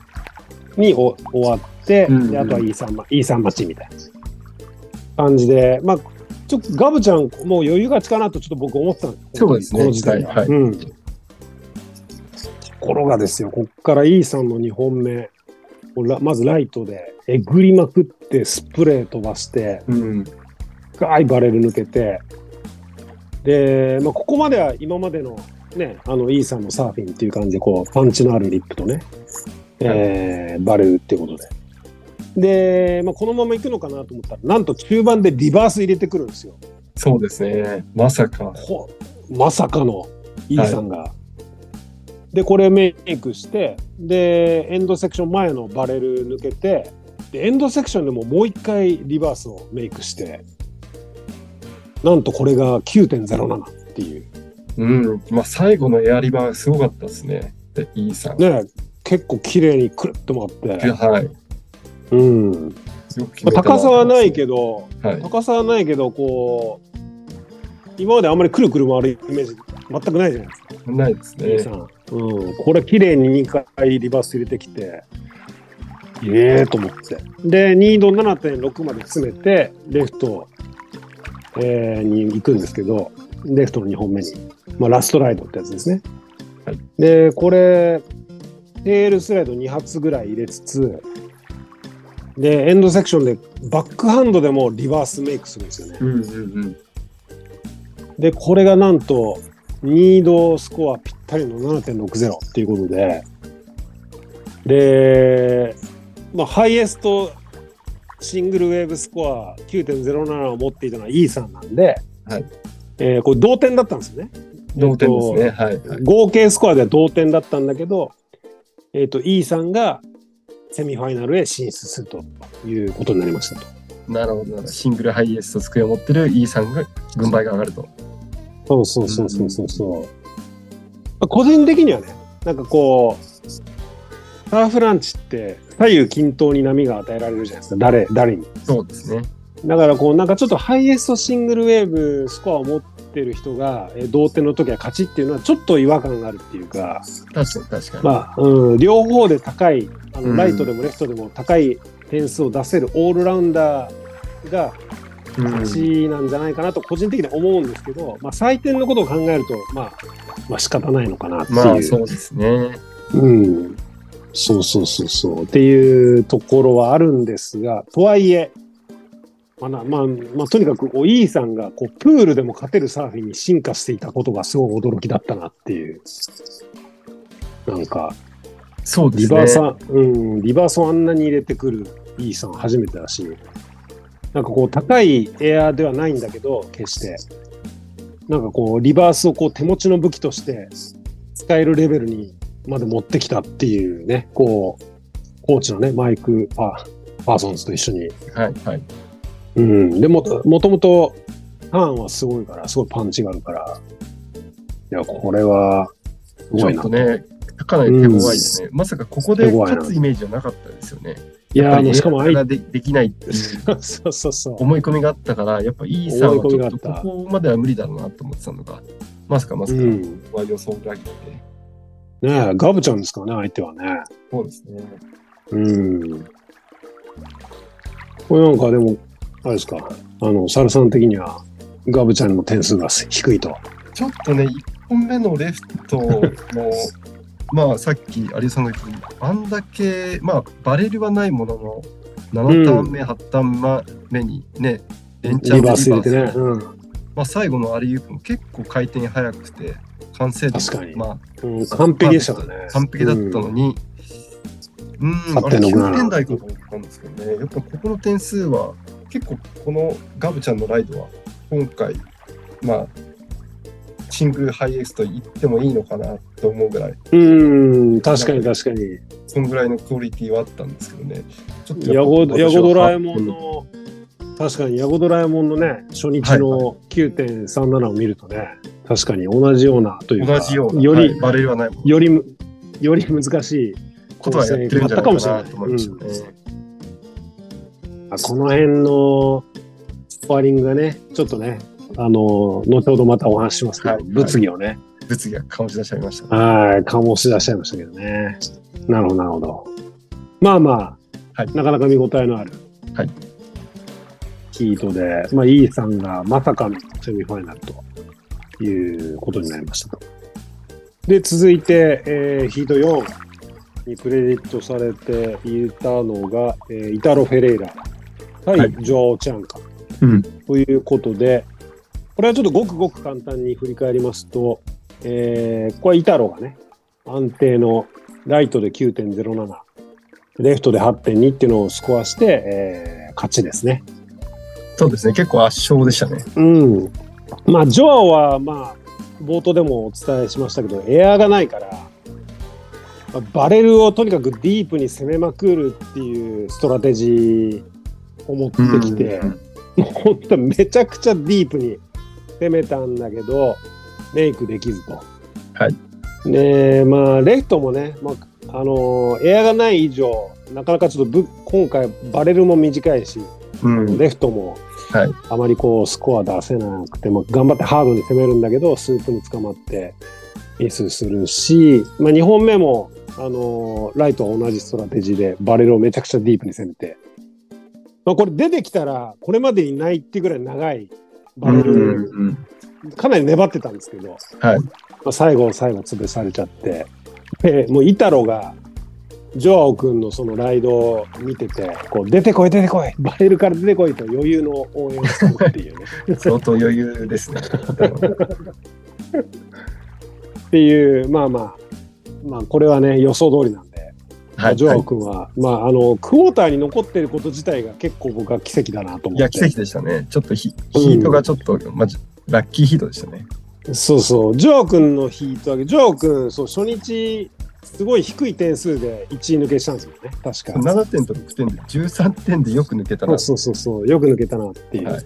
Speaker 3: にお終わって、
Speaker 2: うん
Speaker 3: であとは E3 マ E3 待ちみたいな感じで、まあ、ちょっとガブちゃん、もう余裕がちかなとちょっと僕思ってたんですよ
Speaker 2: そうですね
Speaker 3: この時点では。
Speaker 2: はいはい
Speaker 3: うんところがですよ、こっから E3 の2本目、こうらまずライトでえぐりまくって、スプレー飛ばして、
Speaker 2: うん。
Speaker 3: ガーイバレル抜けて、で、まあ、ここまでは今までのね、あの、イーサンのサーフィンっていう感じで、こう、パンチのあるリップとね、えーバレルっていうことで。で、まあ、このまま行くのかなと思ったら、なんと中盤でリバース入れてくるんですよ。
Speaker 2: そうですね。まさか。
Speaker 3: ほまさかのイーサンが。で、これメイクして、で、エンドセクション前のバレル抜けて、で、エンドセクションでももう一回リバースをメイクして、なんとこれが9.07っていう。
Speaker 2: うん。まあ、最後のエアリバーすごかったですね。で、イーさん。
Speaker 3: ね、結構綺麗にくるっと回って。
Speaker 2: はい。
Speaker 3: うん。ま
Speaker 2: よく決
Speaker 3: あ
Speaker 2: めた
Speaker 3: 高さはないけど、
Speaker 2: はい。
Speaker 3: 高さはないけど、こう、今まであんまりくるくる回るイメージ全くないじゃないですか。
Speaker 2: ないですね。
Speaker 3: さん、うん、これ綺麗に2回リバース入れてきてええと思ってで2度7.6まで詰めてレフト、えーに行くんですけどレフトの2本目に、まあ、ラストライドってやつですね、
Speaker 2: はい
Speaker 3: でこれテールスライド2発ぐらい入れつつでエンドセクションでバックハンドでもリバースメイクするんですよね
Speaker 2: うんうんうん。
Speaker 3: で、これがなんと、2度スコアぴったりの7.60っていうことで、で、まあ、ハイエストシングルウェーブスコア9.07を持っていたのは E さんなんで、
Speaker 2: はい
Speaker 3: えーこれ同点だったんですよね。
Speaker 2: 同点ですね。はい。はい
Speaker 3: 合計スコアでは同点だったんだけど、えっ、と、E さんがセミファイナルへ進出するということになりましたと。
Speaker 2: なるほどなるほど。シングルハイエストスクエアを持ってるイーさんが軍配が上がると。
Speaker 3: そうそうそうそうそうそう。まあ個人的にはね、なんかこう、サーフランチって左右均等に波が与えられるじゃないですか、誰、誰に。
Speaker 2: そうですね。
Speaker 3: だからこう、なんかちょっとハイエストシングルウェーブスコアを持ってる人が、えー同点の時は勝ちっていうのはちょっと違和感があるっていうか、
Speaker 2: 確かに確かに。
Speaker 3: まあ、うん、両方で高い、あ
Speaker 2: う
Speaker 3: の
Speaker 2: ん
Speaker 3: ライトでもレフトでも高い点数を出せるオールラウンダーが、
Speaker 2: うん
Speaker 3: 勝ちなんじゃないかなと個人的には思うんですけど、まあ、採点のことを考えると、まあ、まあ仕方ないのかなっていう。
Speaker 2: まあ、そうですね。
Speaker 3: うん、そうそうそうそうっていうところはあるんですがとはいえ、まあなまあまあ、とにかくこうイーさんがこうプールでも勝てるサーフィンに進化していたことがすごい驚きだったなっていう。なんか
Speaker 2: そうで
Speaker 3: リ
Speaker 2: す
Speaker 3: バ
Speaker 2: ね
Speaker 3: ー。サ、うん、リバースをあんなに入れてくる E さん初めてだし、なんかこう高いエアーではないんだけど、決して。なんかこう、リバースをこう手持ちの武器として使えるレベルにまで持ってきたっていうね、こう、コーチのね、マイク・パーパーソンズと一緒に。
Speaker 2: はいはい。
Speaker 3: うん、でも、もともとターンはすごいから、すごいパンチがあるから、いや、これは、す
Speaker 2: ち
Speaker 3: ごい
Speaker 2: ょ
Speaker 3: な
Speaker 2: っと。ね、かなり手強いですね。まさかここで勝つイメージはなかったですよね。
Speaker 3: いや、あの、しかも相
Speaker 2: 相
Speaker 3: 手、
Speaker 2: 手でできないっていう
Speaker 3: そうそうそう。
Speaker 2: 思い込みがあったから、やっぱイーさんは
Speaker 3: 思
Speaker 2: ち
Speaker 3: い込みが
Speaker 2: ょ
Speaker 3: あ
Speaker 2: っ
Speaker 3: った
Speaker 2: とここまでは無理だろうなと思ってたのが、まさかまさ
Speaker 3: う
Speaker 2: か、
Speaker 3: ん
Speaker 2: ここは予想裏切って。
Speaker 3: ねえ、ガブちゃんですからね、相手はね。
Speaker 2: そうですね。
Speaker 3: うん。これなんかでも、あれですか、あの、サルさん的には、ガブちゃんの点数が低いと。
Speaker 2: ちょっとね、1本目のレフトの、 まあさっき有吉さんが言ったようにあんだけ、まあ、バレルはないものの、7ターン目、8ターン目にね、連チャン
Speaker 3: リバース入れて
Speaker 2: リバ
Speaker 3: ね
Speaker 2: ー。ス
Speaker 3: うん。
Speaker 2: まあ、最後のアリウープも結構回転早くて、完成度
Speaker 3: 確かに
Speaker 2: ま
Speaker 3: うん完璧でしたからね
Speaker 2: あ。完璧だったのに、うん、あれ
Speaker 3: 8.67
Speaker 2: 9点台かと思ったんですけどね、やっぱここの点数は、結構このガブちゃんのライドは、今回、まあ、シングルハイエースと言ってもいいのかなと思うぐらい、
Speaker 3: うん、うん確かに確かに。
Speaker 2: そんぐらいのクオリティはあったんですけどね、ちょっと
Speaker 3: ヤゴヤ
Speaker 2: 私は
Speaker 3: ゴドラえもんの、確かにヤゴドラえもんのね、初日の9.37を見るとね、確かに同じようなというか、
Speaker 2: 同じような、
Speaker 3: よ
Speaker 2: は
Speaker 3: り
Speaker 2: い、バレルはないもの
Speaker 3: よりむ、より難しい
Speaker 2: ことはやってるんじゃないかなと思いましたね。
Speaker 3: あこの辺のスパーリングがね、ちょっとね、あの、後ほどまたお話ししますけど、
Speaker 2: はい
Speaker 3: 物議をね、
Speaker 2: 物議が醸し出しちゃいましたね。
Speaker 3: はい、醸し出しちゃいましたけどね。なるほど、なるほど。まあまあ、
Speaker 2: はい
Speaker 3: なかなか見応えのある、
Speaker 2: はい
Speaker 3: ヒートで、まあ、イーさんがまさかのセミファイナルということになりました。で、続いて、えーヒート4にクレジットされていたのが、えーイタロ・フェレイラ対
Speaker 2: はい
Speaker 3: ジョアオ・チャンカ
Speaker 2: うん
Speaker 3: ということで、これはちょっとごくごく簡単に振り返りますと、えーこれはイタロがね、安定のライトで9.07、レフトで8.2っていうのをスコアして、えー勝ちですね。
Speaker 2: そうですね、結構圧勝でしたね。
Speaker 3: うん。まあ、ジョアは、まあ、冒頭でもお伝えしましたけど、エアーがないから、まあバレルをとにかくディープに攻めまくるっていうストラテジーを持ってきて、
Speaker 2: うん
Speaker 3: もう本当めちゃくちゃディープに攻めたんだけど、メイクできずと。はい。で、まあ、レフトもね、まあ、あのーエアがない以上、なかなかちょっとぶ今回、バレルも短いし、
Speaker 2: うん
Speaker 3: レフトも
Speaker 2: はい
Speaker 3: あまりこうスコア出せなくて、まあ、頑張ってハードに攻めるんだけどスープに捕まってミスするし、まあ、2本目も、あのーライトは同じストラテジーでバレルをめちゃくちゃディープに攻めて、まあ、これ出てきたらこれまでにないってぐらい長いバレル、
Speaker 2: うん
Speaker 3: かなり粘ってたんですけど、
Speaker 2: はい
Speaker 3: まあ、最後最後潰されちゃってでもうイタロがジョアオ君のそのライドを見ててこう出てこい出てこいバレルから出てこいと余裕の応援をするっ ていうね
Speaker 2: 相当余裕です ね。
Speaker 3: っていうまあまあまあこれはね予想通りなんで、ま
Speaker 2: は
Speaker 3: あ
Speaker 2: い、
Speaker 3: ジョア
Speaker 2: は
Speaker 3: オ君は、まあ、あのクォーターに残ってること自体が結構僕は奇跡だなと
Speaker 2: い、
Speaker 3: 思
Speaker 2: い
Speaker 3: っ
Speaker 2: や、
Speaker 3: て
Speaker 2: 奇跡でしたね。ちょっとヒ
Speaker 3: うん
Speaker 2: ヒートがちょっと、まじラッキーヒートでしたね。
Speaker 3: そうそうジョアオ君のヒート上げジョアオ君そう初日すごい低い点数で1位抜けしたんですよね確か。
Speaker 2: 7点と6点で、13点でよく抜けた
Speaker 3: そ
Speaker 2: な
Speaker 3: う。そうそうそう、よく抜けたなっていう。
Speaker 2: はい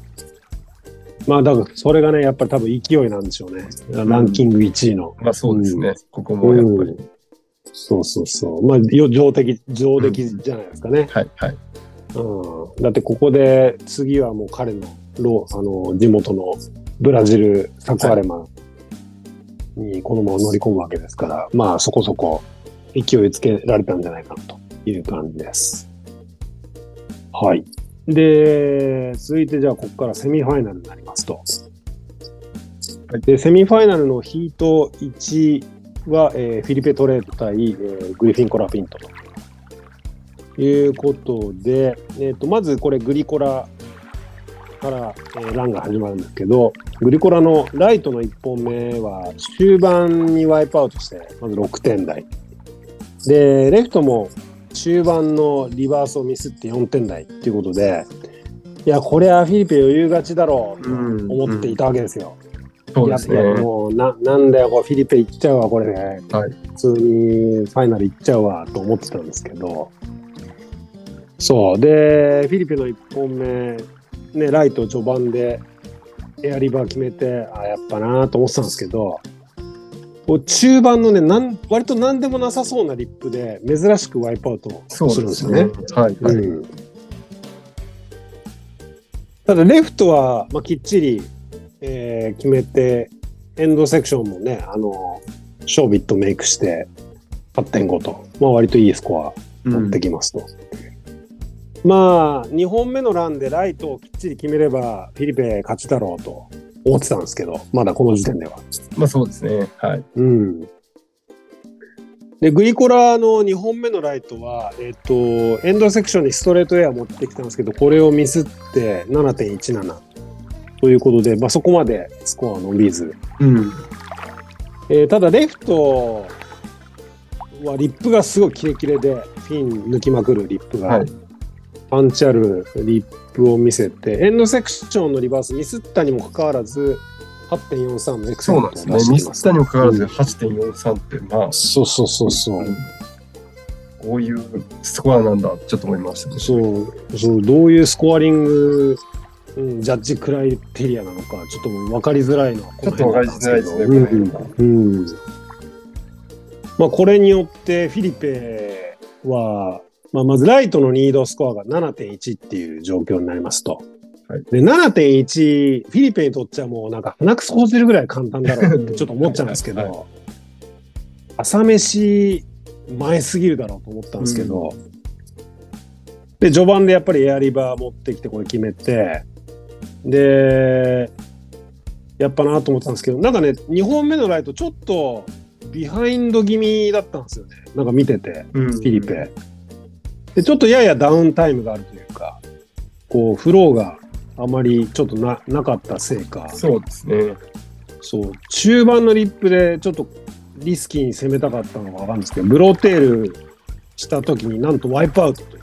Speaker 3: まあ、だからそれがね、やっぱり多分勢いなんでしょうね。
Speaker 2: うん
Speaker 3: ランキング1位の。
Speaker 2: まあそうですね、
Speaker 3: うん
Speaker 2: ここもやっぱり。
Speaker 3: うんそうそうそう。まあ、よ上的、上出来じゃないですかね、
Speaker 2: はいはい。
Speaker 3: うんだってここで次はもう彼のローあの地元のブラジル、サクアレマンにこのまま乗り込むわけですから、まあそこそこ勢いつけられたんじゃないかなという感じです。はい。で、続いてじゃあここからセミファイナルになりますと。
Speaker 2: はい
Speaker 3: で、セミファイナルのヒート1は、えーフィリペ・トレート対、えーグリフィン・コラフィントということで、えー、とまずこれグリコラから、えーランが始まるんですけど、グリコラのライトの1本目は終盤にワイプアウトして、まず6点台。で、レフトも中盤のリバースをミスって4点台っていうことで、いや、これはフィリペ余裕勝ちだろうと思っていたわけですよ。
Speaker 2: そうですね
Speaker 3: や。っぱもうな、なんだよ、これフィリペ行っちゃうわ、これね。
Speaker 2: はい
Speaker 3: 普通にファイナル行っちゃうわと思ってたんですけど、そう、で、フィリペの1本目、ね、ライト序盤でエアリバー決めて、あ、やっぱなと思ってたんですけど、こう中盤のねなん、割と何でもなさそうなリップで、珍しくワイプアウト
Speaker 2: そう
Speaker 3: するん
Speaker 2: で
Speaker 3: で
Speaker 2: す
Speaker 3: すよ
Speaker 2: ね
Speaker 3: ね。。
Speaker 2: はいはい。
Speaker 3: うんただレフトは、まあ、きっちり、えー決めてエンドセクションもねあのショービットメイクして8.5と、まあ、割といいスコア
Speaker 2: う
Speaker 3: 持っ
Speaker 2: ん
Speaker 3: てきますと。まあ、2本目のランでライトをきっちり決めれば、フィリペ勝ちだろうと思ってたんですけど、まだこの時点では。
Speaker 2: まあそうですね。はい。
Speaker 3: うん。で、グリコラの2本目のライトは、えっ、と、エンドセクションにストレートエア持ってきたんですけど、これをミスって7.17ということで、まあ、そこまでスコア伸びず。
Speaker 2: うん。
Speaker 3: えーただ、レフトはリップがすごいキレキレで、フィン抜きまくるリップが。
Speaker 2: はい。
Speaker 3: パンチあるリップを見せて、エンドセクションのリバースミスったにもかかわらず、8.43のエクセ
Speaker 2: そ
Speaker 3: ル
Speaker 2: う
Speaker 3: ト
Speaker 2: なんですね。
Speaker 3: を出して
Speaker 2: ミ
Speaker 3: い
Speaker 2: ス
Speaker 3: ま
Speaker 2: っ
Speaker 3: す
Speaker 2: た。にもかかわらず8.43って、まあ、
Speaker 3: そうそうそうそう。
Speaker 2: こういうスコアなんだ、ちょっと思いましたね。
Speaker 3: そう、そう、どういうスコアリング、うん、ジャッジクライテリアなのか、ちょっと分かりづらいのは
Speaker 2: ちょっとわかりづらいですね、こ
Speaker 3: う
Speaker 2: の
Speaker 3: ん
Speaker 2: 辺は。
Speaker 3: うんうんまあ、これによって、フィリペは、まあ、まずライトのニードスコアが7.1っていう状況になりますと。
Speaker 2: はい
Speaker 3: で7.1、フィリペにとっちゃもうなんか鼻くそほじるぐらい簡単だろうってちょっと思っちゃうんですけ
Speaker 2: はい
Speaker 3: ど、朝飯前すぎるだろうと思ったんですけど、で、序盤でやっぱりエアリバー持ってきてこれ決めて、で、やっぱなと思ってたんですけど、なんかね、2本目のライト、ちょっとビハインド気味だったんですよね。なんか見てて、
Speaker 2: うん
Speaker 3: フィリペ。で、ちょっとややダウンタイムがあるというか、こう、フローがあまりちょっとななかったせいか、
Speaker 2: そうですね。
Speaker 3: そう、中盤のリップでちょっとリスキーに攻めたかったのがわかるんですけど、ブローテールした時になんとワイプアウトという。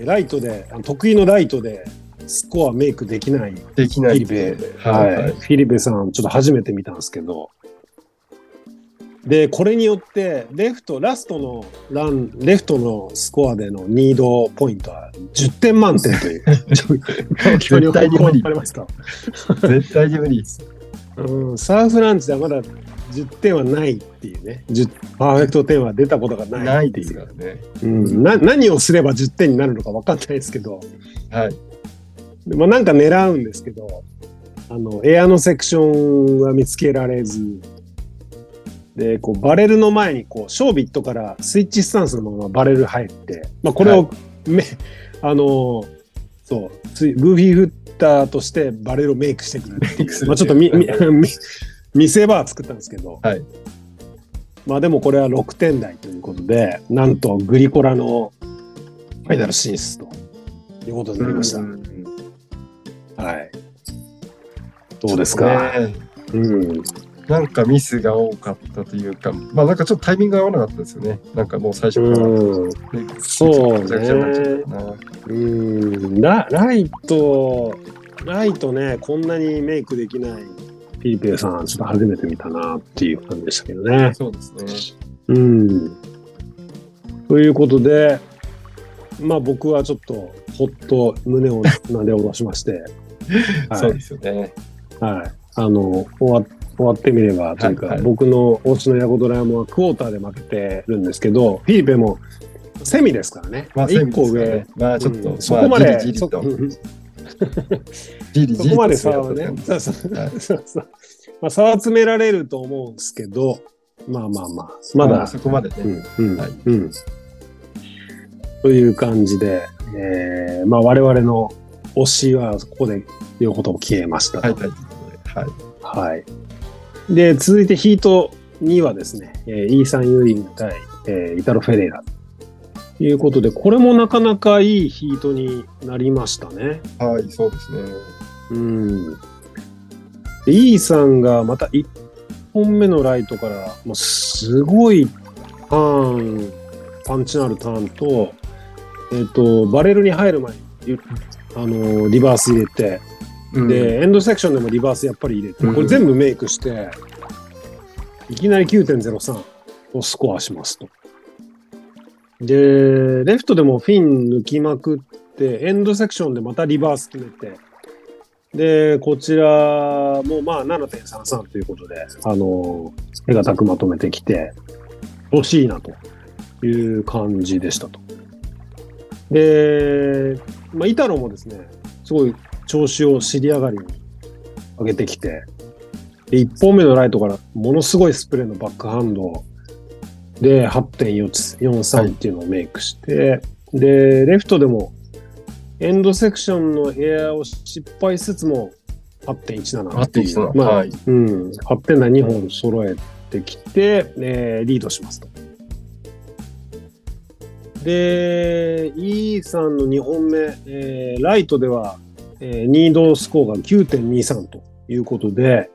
Speaker 3: で、ライトで、あの得意のライトでスコアメイクできない
Speaker 2: できない
Speaker 3: フィリ
Speaker 2: はい。
Speaker 3: はい、フィリペさん、ちょっと初めて見たんですけど、で、これによって、レフト、ラストのラン、レフトのスコアでのニードポイントは10点満点という、距離
Speaker 2: 絶対に無理
Speaker 3: あ。りました。
Speaker 2: 絶対に無理です。
Speaker 3: うん、サーフランチではまだ10点はないっていうね、10パーフェクト点は出たことがない
Speaker 2: ない
Speaker 3: って
Speaker 2: で
Speaker 3: い
Speaker 2: す
Speaker 3: う
Speaker 2: からね。
Speaker 3: うん、な何をすれば10点になるのか分かんないですけど、
Speaker 2: はい。
Speaker 3: でまあ、なんか狙うんですけど、あの、エアのセクションは見つけられず、で、こう、バレルの前に、こう、ショービットからスイッチスタンスのままバレル入って、まあ、これを、め、 あの、そう、つい、グーフィーフッターとしてバレルをメイクしてくるってい
Speaker 2: メイクす
Speaker 3: う、
Speaker 2: る
Speaker 3: まあ、ちょっとみ、み、み見せ場は作ったんですけど、
Speaker 2: はい
Speaker 3: まあ、でもこれは6点台ということで、なんとグリコラのファイナル進出ということになりました。
Speaker 2: うん
Speaker 3: はい。どうですか、
Speaker 2: ね
Speaker 3: うん。
Speaker 2: なんかミスが多かったというか、まあなんかちょっとタイミングが合わなかったですよね。なんかもう最初から、ね
Speaker 3: うん。そうね
Speaker 2: めちゃくちゃになっちゃったな。
Speaker 3: うん。ラライト、ライトね、こんなにメイクできないピリペさん、ちょっと初めて見たなっていう感じでしたけどね。
Speaker 2: そうですね。
Speaker 3: うん。ということで、まあ僕はちょっと、ほっと胸をなで下ろしま して、は
Speaker 2: そう
Speaker 3: い
Speaker 2: ですよね。
Speaker 3: はい。あの、終わ終わってみれば、というか、
Speaker 2: はいはい
Speaker 3: 僕の推しのヤコドラヤモはクォーターで負けてるんですけど、フィリペもセミですからね。
Speaker 2: まあ、セ
Speaker 3: 1
Speaker 2: ミで
Speaker 3: 個
Speaker 2: すか
Speaker 3: 上。
Speaker 2: ねまあちょっ
Speaker 3: うん
Speaker 2: と、
Speaker 3: そこまで、
Speaker 2: あじりじり
Speaker 3: そ
Speaker 2: と
Speaker 3: う、んうんそ
Speaker 2: じりじりと
Speaker 3: こまで差
Speaker 2: 強か
Speaker 3: は
Speaker 2: ったです
Speaker 3: ね
Speaker 2: ね、
Speaker 3: そうそう
Speaker 2: はい
Speaker 3: そうそうまあ差は詰められると思うんですけど、まあまあまあ、ま
Speaker 2: あ
Speaker 3: だ
Speaker 2: そこまで
Speaker 3: う
Speaker 2: ね。
Speaker 3: んうん
Speaker 2: はい
Speaker 3: うんという感じで、えーまあ我々の推しはここで両方とも消えました。
Speaker 2: はい、はい、ということではい。
Speaker 3: はい。で、続いてヒート2はですね、えーイーサン・ユーイング対、えーイタロ・フェレイラ。ということで、これもなかなかいいヒートになりましたね。
Speaker 2: はい、そうですね。
Speaker 3: うん。でイーサンがまた1本目のライトから、もうすごいターン、パンチのあるターンと、えっ、と、バレルに入る前に、ゆあのリバース入れて、
Speaker 2: うん、
Speaker 3: で、エンドセクションでもリバースやっぱり入れて、
Speaker 2: うん
Speaker 3: これ全部メイクして、いきなり9.03をスコアしますと。で、レフトでもフィン抜きまくって、エンドセクションでまたリバース決めて、で、こちらもまあ7.33ということで、あの、手堅くまとめてきて、欲しいなという感じでしたと。で、まあ、イタロもですね、すごい調子を尻上がりに上げてきて、で1本目のライトからものすごいスプレーのバックハンドで8.43っていうのをメイクして、で、レフトでも、エンドセクションのエアを失敗しつつも、8.17っていう、
Speaker 2: 8.17
Speaker 3: まあ
Speaker 2: はい
Speaker 3: うん、8点台2本揃えてきて、えーリードしますと。で、E さんの2本目、えーライトでは、えーニードスコアが9.23ということで、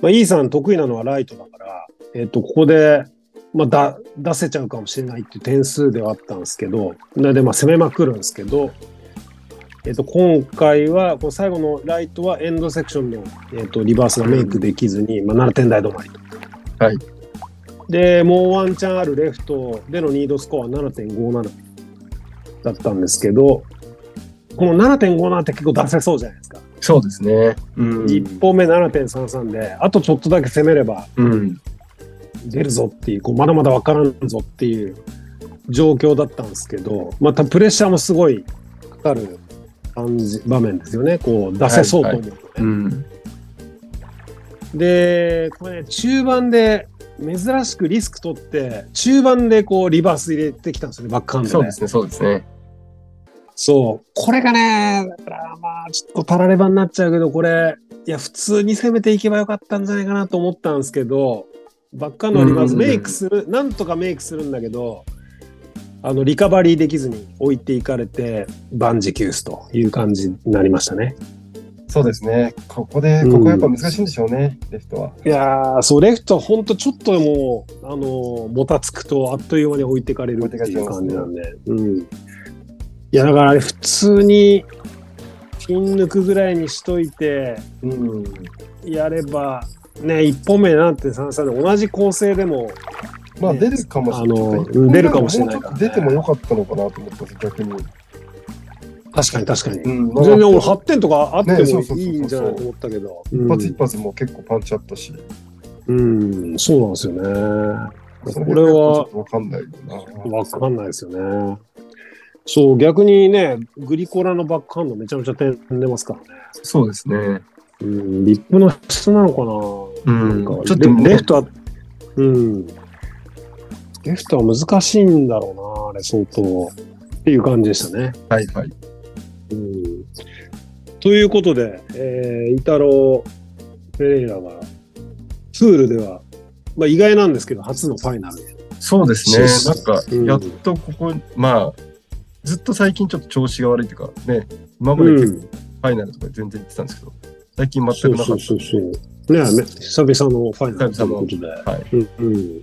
Speaker 3: まあ、E さん得意なのはライトだから、えっ、と、ここで、まあ、だ出せちゃうかもしれないっていう点数ではあったんですけど、なで、まあ、攻めまくるんですけど、えっと、今回は、この最後のライトはエンドセクションの、えっと、リバースがメイクできずに、まあ、7点台止まりと。
Speaker 2: はい。
Speaker 3: で、もうワンチャンあるレフトでのニードスコアは7.57だったんですけど、この7.57って結構出せそうじゃないですか。
Speaker 2: そうですね。うん。
Speaker 3: 1本目7.33で、あとちょっとだけ攻めれば
Speaker 2: うん。
Speaker 3: 出るぞっていう、こうまだまだ分からんぞっていう状況だったんですけど、またプレッシャーもすごいかかる感じ場面ですよね、こう出せそうと思うとね、
Speaker 2: うん。
Speaker 3: で、これね、中盤で珍しくリスク取って、中盤でこうリバース入れてきたんですよね、バックハンド
Speaker 2: そう
Speaker 3: で
Speaker 2: で。すね、そうですね。
Speaker 3: そう。これがね、だからまあ、ちょっとたらればになっちゃうけど、これ、いや、普通に攻めていけばよかったんじゃないかなと思ったんですけど、ばっかのリバース
Speaker 2: うんうんうん
Speaker 3: メイクする、なんとかメイクするんだけど、あの、リカバリーできずに置いていかれて、万事休すという感じになりましたね。
Speaker 2: そうですね。ここで、ここやっぱ難しいんでしょうね、レフトは。
Speaker 3: いやー、そう、レフトはほんとちょっとでも、あのー、もたつくとあっという間に置いてかれるっていう感じなんで。うん。いや、だからあれ普通に、ピン抜くぐらいにしといて、
Speaker 2: うん。
Speaker 3: やれば、ね、1本目7.33で同じ構成でも、
Speaker 2: まあ、出るかもしれない。
Speaker 3: あの出るかもしれないから
Speaker 2: うちょっと出てもよかったのかなと思ったんです、逆に。
Speaker 3: 確かに確かに。
Speaker 2: うん。
Speaker 3: 全然俺8点とかあって
Speaker 2: ねそうそうそ
Speaker 3: も
Speaker 2: うそう
Speaker 3: いいんじゃないと思ったけど。
Speaker 2: 一発一発も結構パンチあったし、
Speaker 3: うん、うんそうなんですよね。
Speaker 2: そ
Speaker 3: これは
Speaker 2: わかんないよな。
Speaker 3: わかんないですよね。そう、逆にね、グリコラのバックハンドめちゃめちゃ点出ますからね。
Speaker 2: そうですね。
Speaker 3: うん、リップの質なのかな、
Speaker 2: うん
Speaker 3: なんか
Speaker 2: ちょっと
Speaker 3: レレフトは、うん、レフトは難しいんだろうな、あれ相当。っていう感じでしたね。
Speaker 2: はいはい。
Speaker 3: うんということで、えー、イタロー・ペレイラが、プールでは、まあ、意外なんですけど、初のファイナルで。
Speaker 2: そうですね。
Speaker 3: そう
Speaker 2: なんか、
Speaker 3: うん
Speaker 2: やっとここ、まあ、ずっと最近ちょっと調子が悪いというか、ね、今まで結構ファイナルとか全然行ってたんですけど、最近全
Speaker 3: そ
Speaker 2: くな
Speaker 3: う
Speaker 2: か
Speaker 3: そ
Speaker 2: っ
Speaker 3: うそうそう。ねえめ久々のファイナルということで。
Speaker 2: た。はい。
Speaker 3: うんうん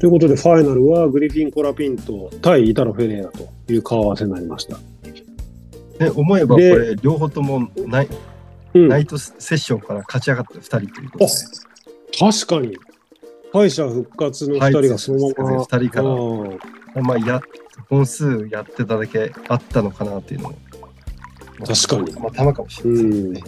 Speaker 3: ということで、ファイナルはグリフィン・コラピンと対イタロ・フェレイラという顔合わせになりました。
Speaker 2: で、思えばこ
Speaker 3: で
Speaker 2: れ、両方ともナイ,、
Speaker 3: うん、
Speaker 2: ナ
Speaker 3: 確
Speaker 2: イトセッションから勝ち上がった2人ということで、
Speaker 3: かに、敗者復活の2人がそのま
Speaker 2: 敗
Speaker 3: ま。
Speaker 2: 者復活の二人から
Speaker 3: うん
Speaker 2: まあや、本数やってただけあったのかなっていうのも。
Speaker 3: 確かに
Speaker 2: まあ、玉かもしれないです
Speaker 3: う
Speaker 2: ね
Speaker 3: ん。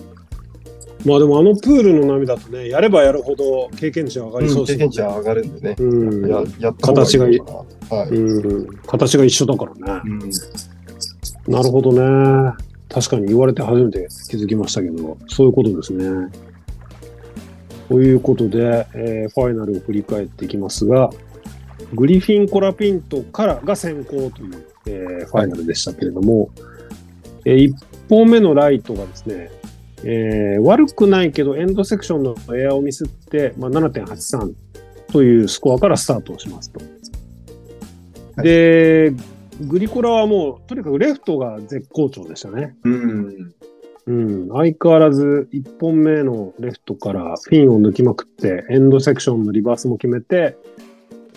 Speaker 3: まあでもあのプールの波だとね、やればやるほど経験値は上がりそううんで
Speaker 2: 経
Speaker 3: す
Speaker 2: 験
Speaker 3: よね
Speaker 2: 値は上がるんでね。
Speaker 3: うん
Speaker 2: ややった方がいいのかな。はい。
Speaker 3: うん形が一緒だからね。
Speaker 2: うん
Speaker 3: なるほどね。確かに言われて初めて気づきましたけど、そういうことですね。ということで、えーファイナルを振り返っていきますが、グリフィン・コラピントからが先行という、えーファイナルでしたけれども、え1本目のライトがですね、えー悪くないけどエンドセクションのエアをミスって、まあ、7.83というスコアからスタートをしますと。で、グリコラはもうとにかくレフトが絶好調でしたね。
Speaker 2: うん。
Speaker 3: うん、相変わらず1本目のレフトからピンを抜きまくって、エンドセクションのリバースも決めて、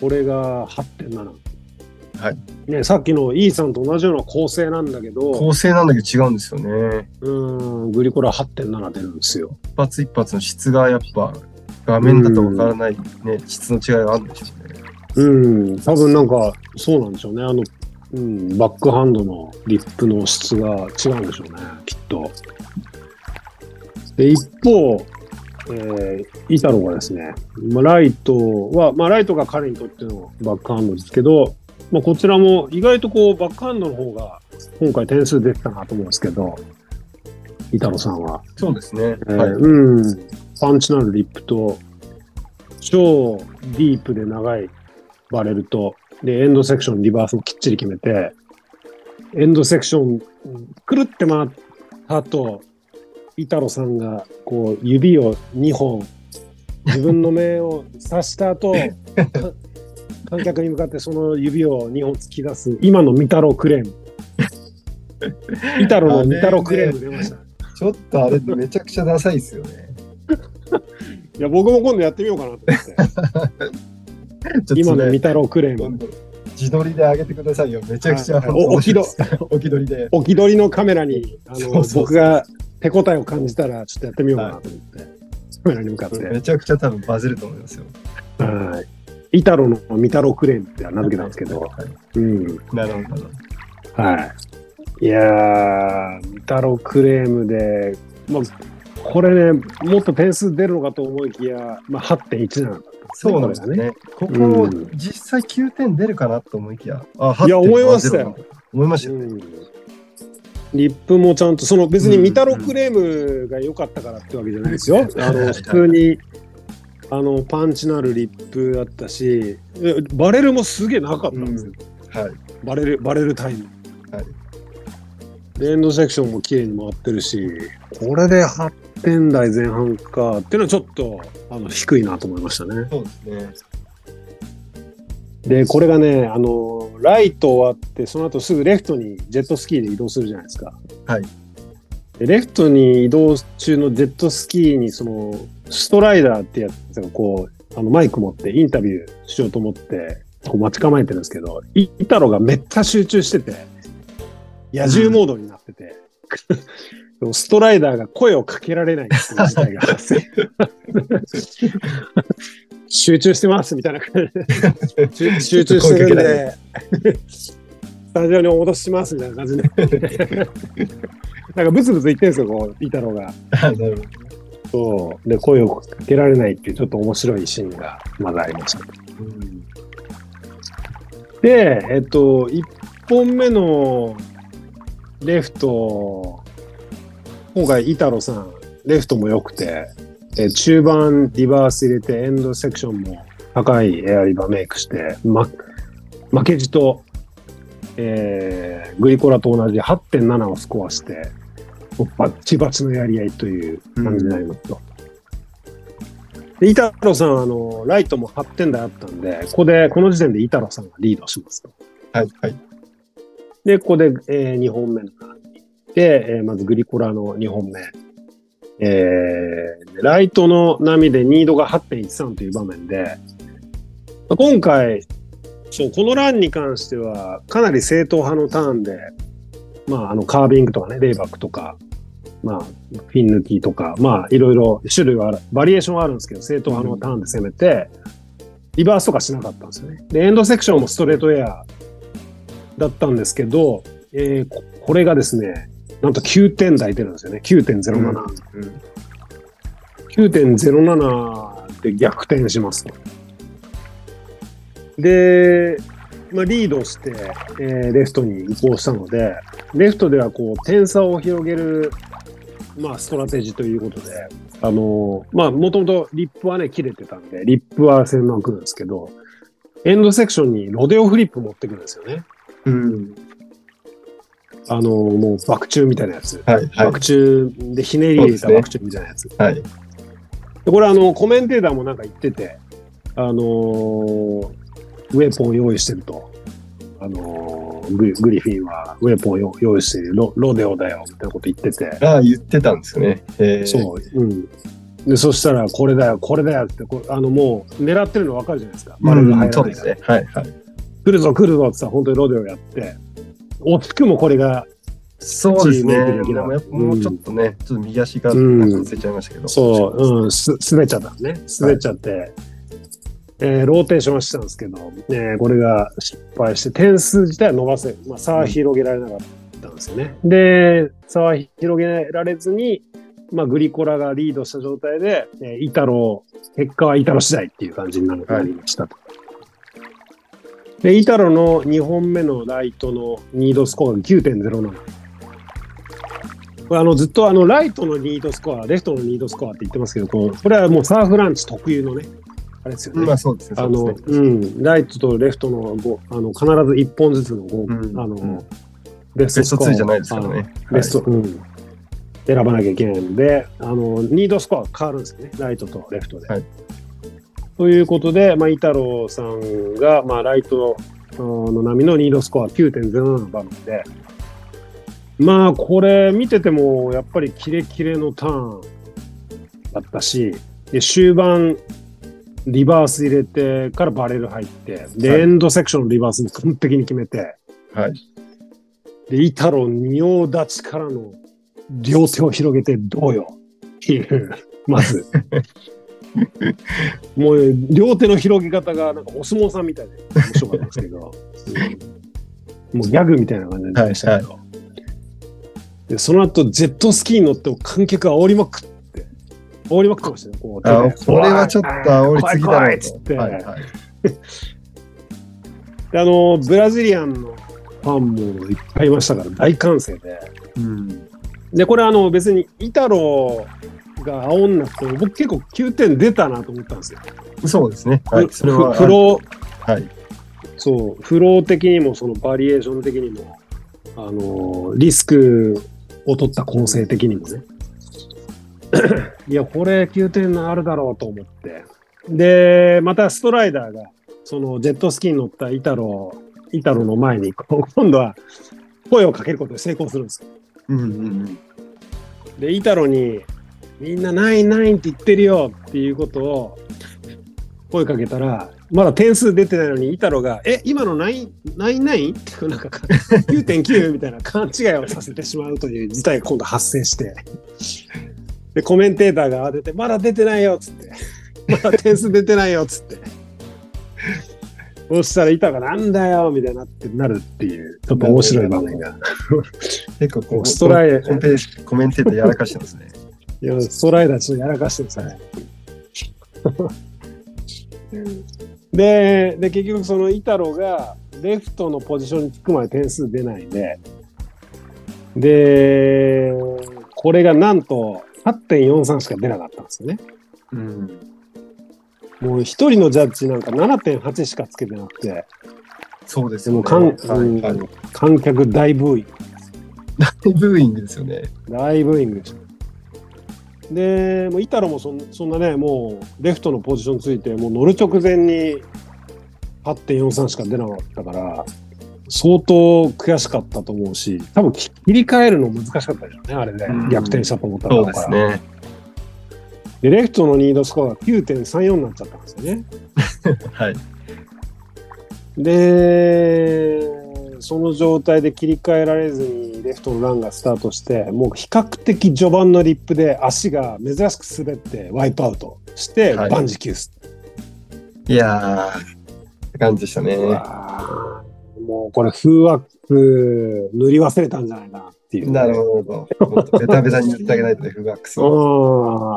Speaker 3: これが8.7。
Speaker 2: はい
Speaker 3: ね、さっきの E さんと同じような構成なんだけど、
Speaker 2: 構成なんだけど違うんですよね。
Speaker 3: うん、グリコラ8.7出るんですよ。
Speaker 2: 一発一発の質がやっぱ画面だとわからないね、質の違いがあるんでしょうね。
Speaker 3: うん、多分なんかそうなんでしょうね。あの、うん、バックハンドのリップの質が違うんでしょうね、きっと。で、一方、えー、イタロがですね、まあ、ライトは、まあ、ライトが彼にとってのバックハンドですけど、まあ、こちらも意外とこう、バックハンドの方が今回点数出てたなと思うんですけど、イタロさんは。
Speaker 2: そうですね。
Speaker 3: えー
Speaker 2: はい。
Speaker 3: うん、パンチのあるリップと、超ディープで長いバレルと、で、エンドセクション、リバースもきっちり決めて、エンドセクション、くるって回った後、イタロさんが、こう、指を2本、自分の目を刺した 後、か観客に向かってその指を2本突き出す、今のミタロクレー ム。イタロのミタロクレーム出ました。
Speaker 2: ちょっとあれめちゃくちゃダサいですよね。
Speaker 3: いや、僕も今度やってみようかな と思っ
Speaker 2: ち
Speaker 3: て。
Speaker 2: ょっと
Speaker 3: 今の
Speaker 2: ね
Speaker 3: ミタロクレー
Speaker 2: 今
Speaker 3: ム。
Speaker 2: 度自撮りで上げてくださいよ。めちゃくちゃ
Speaker 3: はいおおきど
Speaker 2: おきどりで。
Speaker 3: 置き取りのカメラにあ
Speaker 2: そう
Speaker 3: の
Speaker 2: そうそう
Speaker 3: 僕が手応えを感じたらちょっとやってみようかなと思って、カメラに向かって、
Speaker 2: めちゃくちゃ多分バズると思いますよ。
Speaker 3: はい、イタロのミタロクレームって名付けたんですけど、
Speaker 2: はい
Speaker 3: う
Speaker 2: な
Speaker 3: ん
Speaker 2: るほどなるほど。
Speaker 3: はい、いやーミタロクレームで、まあ、これねもっと点数出るのかと思いきや、まあ、8.17だったんですね
Speaker 2: そうなんです
Speaker 3: これが
Speaker 2: ね。ここ
Speaker 3: うん
Speaker 2: 実際9点出るかなと思いきや、あ、8.70
Speaker 3: いや思いましたよ。
Speaker 2: 思いましたよ。
Speaker 3: うんリップもちゃんと、その別にミタロクレームが良かったからってわけじゃないです
Speaker 2: う
Speaker 3: よ。
Speaker 2: ん
Speaker 3: あの普通にあのパンチのあるリップだったし、えバレルもすげえなかったんですよ。
Speaker 2: はい。
Speaker 3: バレル、バレルタイム。
Speaker 2: はい
Speaker 3: レンドセクションも綺麗に回ってるし、これで8点台前半かっていうのはちょっとあの低いなと思いましたね。
Speaker 2: そうですね。
Speaker 3: で、これがね、あの、ライト終わって、その後すぐレフトにジェットスキーで移動するじゃないですか。
Speaker 2: はい
Speaker 3: で。レフトに移動中のジェットスキーに、その、ストライダーってやつがこう、あの、マイク持ってインタビューしようと思って、こう待ち構えてるんですけど、イイタロがめっちゃ集中してて、野獣モードになってて、でもストライダーが声をかけられないっていう事態が発生。 集中してますみたいな感じで 集集中してるんで、 スタジオにお戻ししますみたいな感じ で、なんかブツブツ言ってるんですよ、こう、イタロが。
Speaker 2: あなるほど。
Speaker 3: そう。で、声をかけられないっていう、ちょっと面白いシーンがまだありました。
Speaker 2: うん
Speaker 3: で、えっと、1本目のレフト、今回、イタロさん、レフトも良くて、え中盤、リバース入れて、エンドセクションも高いエアリバメイクして、ま、負けじと、えーグリコラと同じ8.7をスコアして、もうバッチバチのやり合いという感じになりますと。で、イタロさん、あの、ライトも8点台あったんで、ここで、この時点でイタロさんがリードしますと。
Speaker 2: はいはい。
Speaker 3: で、ここで、え2本目のランに行って、えーまずグリコラの2本目。えーライトの波でニードが8.13という場面で、まあ今回、そう、このランに関しては、かなり正統派のターンで、まあ、あの、カービングとかね、レイバックとか、まあ、フィン抜きとか、まあ、いろいろ種類はある、バリエーションはあるんですけど、正統派のターンで攻めて、リバースとかしなかったんですよね。で、エンドセクションもストレートエアだったんですけど、えーここれがですね、なんと9点台出るんですよね。9.07。
Speaker 2: うん
Speaker 3: 9.07で逆転しますと。で、まあ、リードして、えーレフトに移行したので、レフトではこう点差を広げる、まあ、ストラテジーということで、あのーまあ、もともとリップはね、切れてたんで、リップは攻めまくるんですけど、エンドセクションにロデオフリップ持ってくるんですよね。
Speaker 2: うん。
Speaker 3: あのーもう爆中みたいなやつ。
Speaker 2: はいはい
Speaker 3: 爆中でひねり入れた
Speaker 2: そうですね
Speaker 3: 爆中みたいなやつ。
Speaker 2: はい。
Speaker 3: でこれあのコメンテーターもなんか言ってて、あのーウェポンを用意してると、あのーグリグリフィンはウェポンを用用意してるロロデオだよみたいなこと言ってて、
Speaker 2: ああ、言ってたんですね。えー、
Speaker 3: そう、うん、でそしたらこれだよこれだよってこあのもう狙ってるの分かるじゃないですか、
Speaker 2: う
Speaker 3: バレルが入らない
Speaker 2: ん、そうですね。はいはい。
Speaker 3: 来るぞ来るぞってさ本当にロデオやって、おつくもこれが
Speaker 2: そうですね。
Speaker 3: チームメイクできな
Speaker 2: も
Speaker 3: か
Speaker 2: や
Speaker 3: っ
Speaker 2: ったぱもうちょっとね、ちょっと右足がなんか忘れちゃいましたけど。
Speaker 3: そう、うん、す滑っちゃったのね。滑っちゃって、えーローテーションはしてたんですけど、えーこれが失敗して、点数自体は伸ばせ、まあ、差は広げられなかったんですよね。で、差は広げられずに、まあ、グリコラがリードした状態で、えーイタロ結果はイタロ次第っていう感じになる
Speaker 2: はい
Speaker 3: なりましたと。で、イタロの2本目のライトのニードスコアが9.07。これあのずっとあのライトのニードスコア、レフトのニードスコアって言ってますけど、こうこれはもうサーフランチ特有のね、あれですよね。
Speaker 2: まあそうですね。
Speaker 3: あ
Speaker 2: そ
Speaker 3: の、
Speaker 2: うですね
Speaker 3: うん、ライトとレフトのごあの必ず1本ずつのご、
Speaker 2: うん
Speaker 3: あの、
Speaker 2: うん
Speaker 3: ベ
Speaker 2: ベスト2じゃないですからね。はい
Speaker 3: ベスト、うん、選ばなきゃいけないので、あの、ニードスコアが変わるんですよね、ライトとレフトで。
Speaker 2: はい
Speaker 3: ということで、まあ、イタロさんが、まあ、ライトの波のニードスコア9.07番で、まあ、これ見てても、やっぱりキレキレのターンだったし、で終盤、リバース入れてからバレル入って、で、
Speaker 2: はい
Speaker 3: エンドセクションのリバースも完璧に決めて、
Speaker 2: はい。
Speaker 3: で、イタロ仁王立ちからの両手を広げてどうよ っていう、まず。もう両手の広げ方がなんかお相撲さんみたいで面白かったんですけ ど、うんもうギャグみたいな感じでしたけど、でその後ジェットスキーに乗っても観客煽りまくって煽りまくってましたねこう
Speaker 2: あ
Speaker 3: 手で
Speaker 2: これはちょっと煽りすぎだろうと。
Speaker 3: 怖い怖いっつって、
Speaker 2: はいはい。
Speaker 3: であのブラジリアンのファンもいっぱいいましたから大歓声で
Speaker 2: うん。
Speaker 3: で、これあの別に、イタロが煽んなくても、僕結構9点出たなと思ったんですよ。
Speaker 2: そうですね。はい。
Speaker 3: ふ
Speaker 2: それは。
Speaker 3: ふフロー、
Speaker 2: はい。
Speaker 3: そう、フロー的にも、そのバリエーション的にも、あのーリスクを取った構成的に もね。いや、これ9点あるだろうと思って。で、またストライダーが、そのジェットスキーに乗ったイタロ、イタロの前に、こう今度は声をかけることで成功するんですよ
Speaker 2: うんうんうん。
Speaker 3: で、イタロに、みんなナインナインって言ってるよっていうことを声かけたら、まだ点数出てないのに、イタロが、え、今のナインナインナインって、なんかか9.9みたいな勘違いをさせてしまうという事態が今度発生して、で、コメンテーターが慌てて、まだ出てないよっつって、まだ点数出てないよっつって。そしたら、イタロがなんだよみたいになってなるっていう、ちょっと面白い場面が。
Speaker 2: 結構こう、
Speaker 3: ストライ
Speaker 2: コンペコメンテーターやらかしてますね。
Speaker 3: いや、ストライダーちょっとやらかしてるさね。で、で、結局そのイタロがレフトのポジションにつくまで点数出ないで、で、これがなんと8.43しか出なかったんですよね。
Speaker 2: うん。
Speaker 3: もう一人のジャッジなんか7.8しかつけてなくて、
Speaker 2: そうです
Speaker 3: で
Speaker 2: よ
Speaker 3: も
Speaker 2: ね。
Speaker 3: かん、
Speaker 2: はい はい。
Speaker 3: 観客大ブーイング
Speaker 2: ブーイングですよね。
Speaker 3: だいぶイングでした。で、もうイタロもそんそんなね、もうレフトのポジションついて、もう乗る直前に8.43しか出なかったから、相当悔しかったと思うし、多分切り替えるの難しかったでしょうね、あれで、
Speaker 2: うん
Speaker 3: 逆転したと思ったら
Speaker 2: そうですね。
Speaker 3: で、レフトのニードスコアが9.34になっちゃったんですよね。
Speaker 2: はい。
Speaker 3: で、その状態で切り替えられずにレフトのランがスタートして、もう比較的序盤のリップで足が珍しく滑ってワイプアウトして、
Speaker 2: はい
Speaker 3: 万事休す。
Speaker 2: いやー、って感じでしたね。
Speaker 3: うわーもうこれ風枠塗り忘れたんじゃないかなっていう。
Speaker 2: なるほど。もっとベタベタに塗ってあげないとね、フガックス を。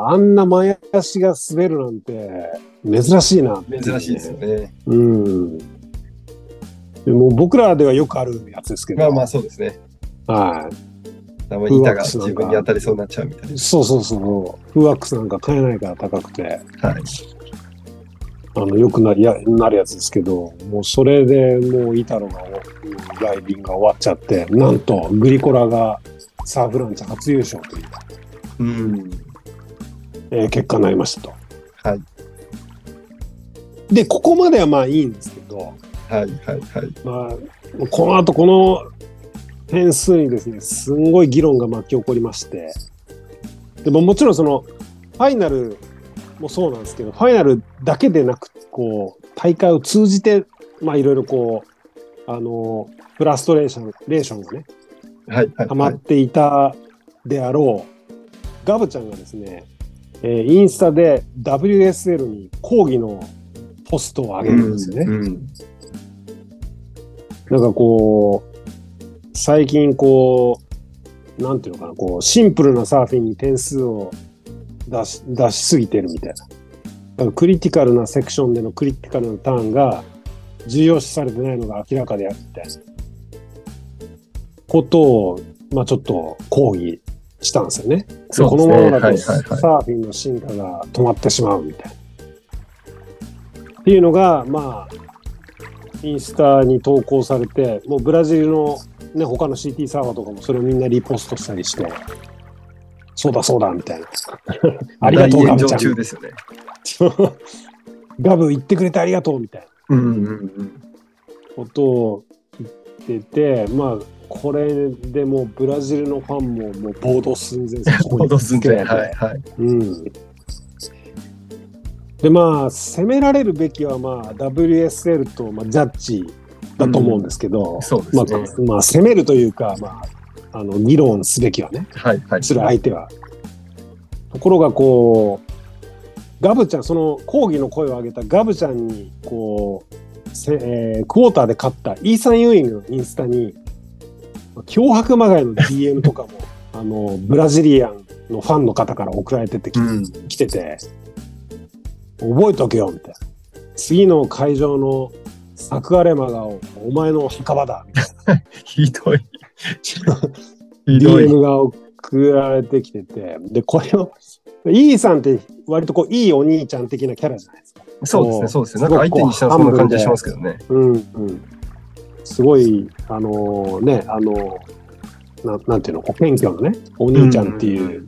Speaker 3: うんあんな前足が滑るなんて珍しいなってう
Speaker 2: 珍しいですよね。
Speaker 3: うん。でも僕らではよくあるやつですけど。
Speaker 2: まあまあそうですね。
Speaker 3: はい。
Speaker 2: たまに板が自分に当たりそうになっちゃうみたい
Speaker 3: そうそうそう。フワックスなんか買えないから高くて、
Speaker 2: な。はい。
Speaker 3: あの、よくなりや、なるやつですけど、もうそれでもうイタロが、うんダイビングが終わっちゃって、なんとグリコラがサーフランチ初優勝という、
Speaker 2: うん。
Speaker 3: えー結果になりましたと。
Speaker 2: はい。
Speaker 3: で、ここまではまあいいんですけど、
Speaker 2: はいはいはい。
Speaker 3: まあ、この後この点数にですね、すんごい議論が巻き起こりまして、でももちろんその、ファイナルもそうなんですけど、ファイナルだけでなく、こう、大会を通じて、まあいろいろこう、あの、フラストレーション、レーションがね、
Speaker 2: はいはい、
Speaker 3: 溜ま
Speaker 2: は
Speaker 3: っ
Speaker 2: い。
Speaker 3: ていたであろう、ガブちゃんがですね、えーインスタで WSL に抗議のポストを上げるんですよね。
Speaker 2: うん。
Speaker 3: なんかこう、最近こう、なんていうのかな、こう、シンプルなサーフィンに点数を出し、出しすぎてるみたいな。だからクリティカルなセクションでのクリティカルなターンが重要視されてないのが明らかであるみたいなことを、まあちょっと抗議したんですよね。
Speaker 2: そう
Speaker 3: こ
Speaker 2: です
Speaker 3: の
Speaker 2: ね
Speaker 3: ままだ
Speaker 2: はい
Speaker 3: と
Speaker 2: はい
Speaker 3: サ
Speaker 2: はい
Speaker 3: ーフィンの進化が止まってしまうみたいな。っていうのが、まあ、インスタに投稿されて、もうブラジルの、ね、他の CT サーバーとかもそれをみんなリポストしたりして、そうだそうだみたいな。ありがとう、
Speaker 2: 大
Speaker 3: ガ
Speaker 2: 炎
Speaker 3: ブち
Speaker 2: 上
Speaker 3: ゃ
Speaker 2: 中
Speaker 3: ん。
Speaker 2: ですよね。
Speaker 3: ガブ言ってくれてありがとうみたいな
Speaker 2: うんうんうん。
Speaker 3: ことを言ってて、まあ、これでもうブラジルのファンももう暴動寸前です
Speaker 2: ほどすんで、
Speaker 3: ここに来て
Speaker 2: はいはい。
Speaker 3: うんでまあ攻められるべきは、まあ、WSL と、まあ、ジャッジだと思うんですけど、
Speaker 2: そうです
Speaker 3: まあ
Speaker 2: ね。
Speaker 3: まあ、攻めるというか、まあ、あの議論すべきはね
Speaker 2: はいはい。
Speaker 3: する相手は。ところがこうガブちゃんその抗議の声を上げたガブちゃんにこうせ、えークォーターで勝ったイーサン・ユーイングのインスタにまあ脅迫まがいの DM とかも あのブラジリアンのファンの方から送られててき,、
Speaker 2: うん
Speaker 3: 来てて覚えとけよみたいな次の会場のサクアレマがおお前の墓場だみたいな
Speaker 2: ひ どい。ひどい。
Speaker 3: DM が送られてきてて、で、これを、イーさんって割とこう、いいお兄ちゃん的なキャラじゃないですか。
Speaker 2: そうですね、そうですね。なんか
Speaker 3: すごく
Speaker 2: 相手にしたらそんな感じがしますけどね。
Speaker 3: うん、うん。すごい、あのね、あのななんていうの、こう謙虚のね、お兄ちゃんっていう
Speaker 2: う。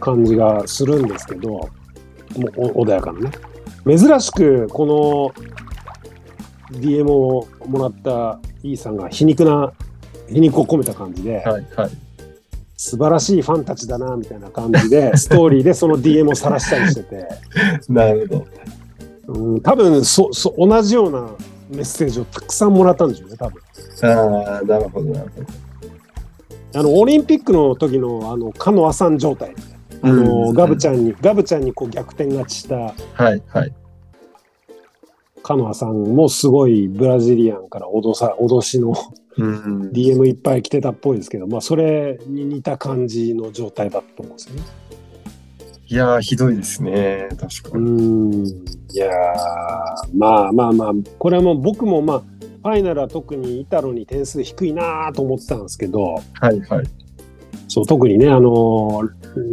Speaker 3: 感じがするんですけど、もうお穏やかなね。珍しく、この DM をもらったイーさんが皮肉な、皮肉を込めた感じで、
Speaker 2: はいはい。
Speaker 3: 素晴らしいファンたちだなみたいな感じでストーリーでその DM を晒したりしてて、
Speaker 2: なるほど。
Speaker 3: うん、多分そそ同じようなメッセージをたくさんもらったんでしょうね多分
Speaker 2: ああ、なるほど、なるほど。
Speaker 3: あのオリンピックの時のあのカノアさん状態あの、ガブち
Speaker 2: ゃ
Speaker 3: ゃんにガブちゃんにこう逆転勝ちした
Speaker 2: ん。はいはい。
Speaker 3: カノアさんもすごいブラジリアンから脅さ脅しの
Speaker 2: うん。
Speaker 3: DM いっぱい来てたっぽいですけど、まあ、それに似た感じの状態だったと思うんですよね。
Speaker 2: いやー、ひどいですね。確か
Speaker 3: う
Speaker 2: に。
Speaker 3: ーんいやーまあまあまあこれはもう僕もまあファイナルは特にイタロに点数低いなーと思ってたんですけど
Speaker 2: はいはい。
Speaker 3: そう特にねあの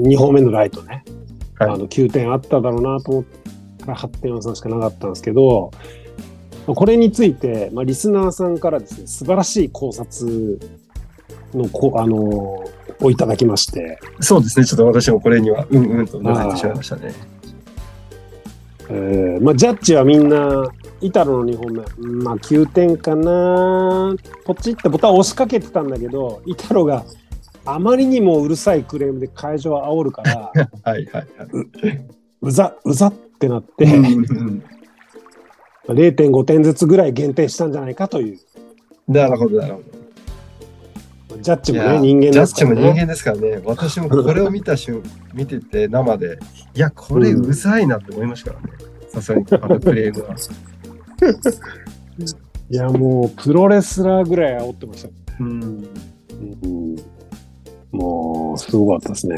Speaker 3: 2本目のライトね、
Speaker 2: はい
Speaker 3: あの9点あっただろうなと思ったら8点はしかなかったんですけどまあこれについて、まあ、リスナーさんからですね素晴らしい考察のこうあのをいただきまして、
Speaker 2: そうですね。ちょっと私もこれには、うんうんとうなずいてしまいましたね。
Speaker 3: えーまあ、ジャッジはみんな、イタロの2本目、うんまあ、9点かな、ポチってボタンを押しかけてたんだけど、イタロがあまりにもうるさいクレームで会場を煽る から、
Speaker 2: はいはいはい。
Speaker 3: うざ、うざってなって、
Speaker 2: うん
Speaker 3: ま
Speaker 2: うんうん
Speaker 3: あ0.5点ずつぐらい減点したんじゃないかという、
Speaker 2: なるほど、なるほど。
Speaker 3: ジャッジも
Speaker 2: い
Speaker 3: ね、
Speaker 2: や
Speaker 3: 人間
Speaker 2: ジャ
Speaker 3: です
Speaker 2: ッジ
Speaker 3: から
Speaker 2: も人
Speaker 3: ね。
Speaker 2: 間ですからね。私もこれを見た瞬、見てて生で、いや、これうざいなって思いましたからね。さすがに、 あのクレームは。
Speaker 3: いや、もうプロレスラーぐらい煽ってました。
Speaker 2: うん。
Speaker 3: うんもう、すごかったですね。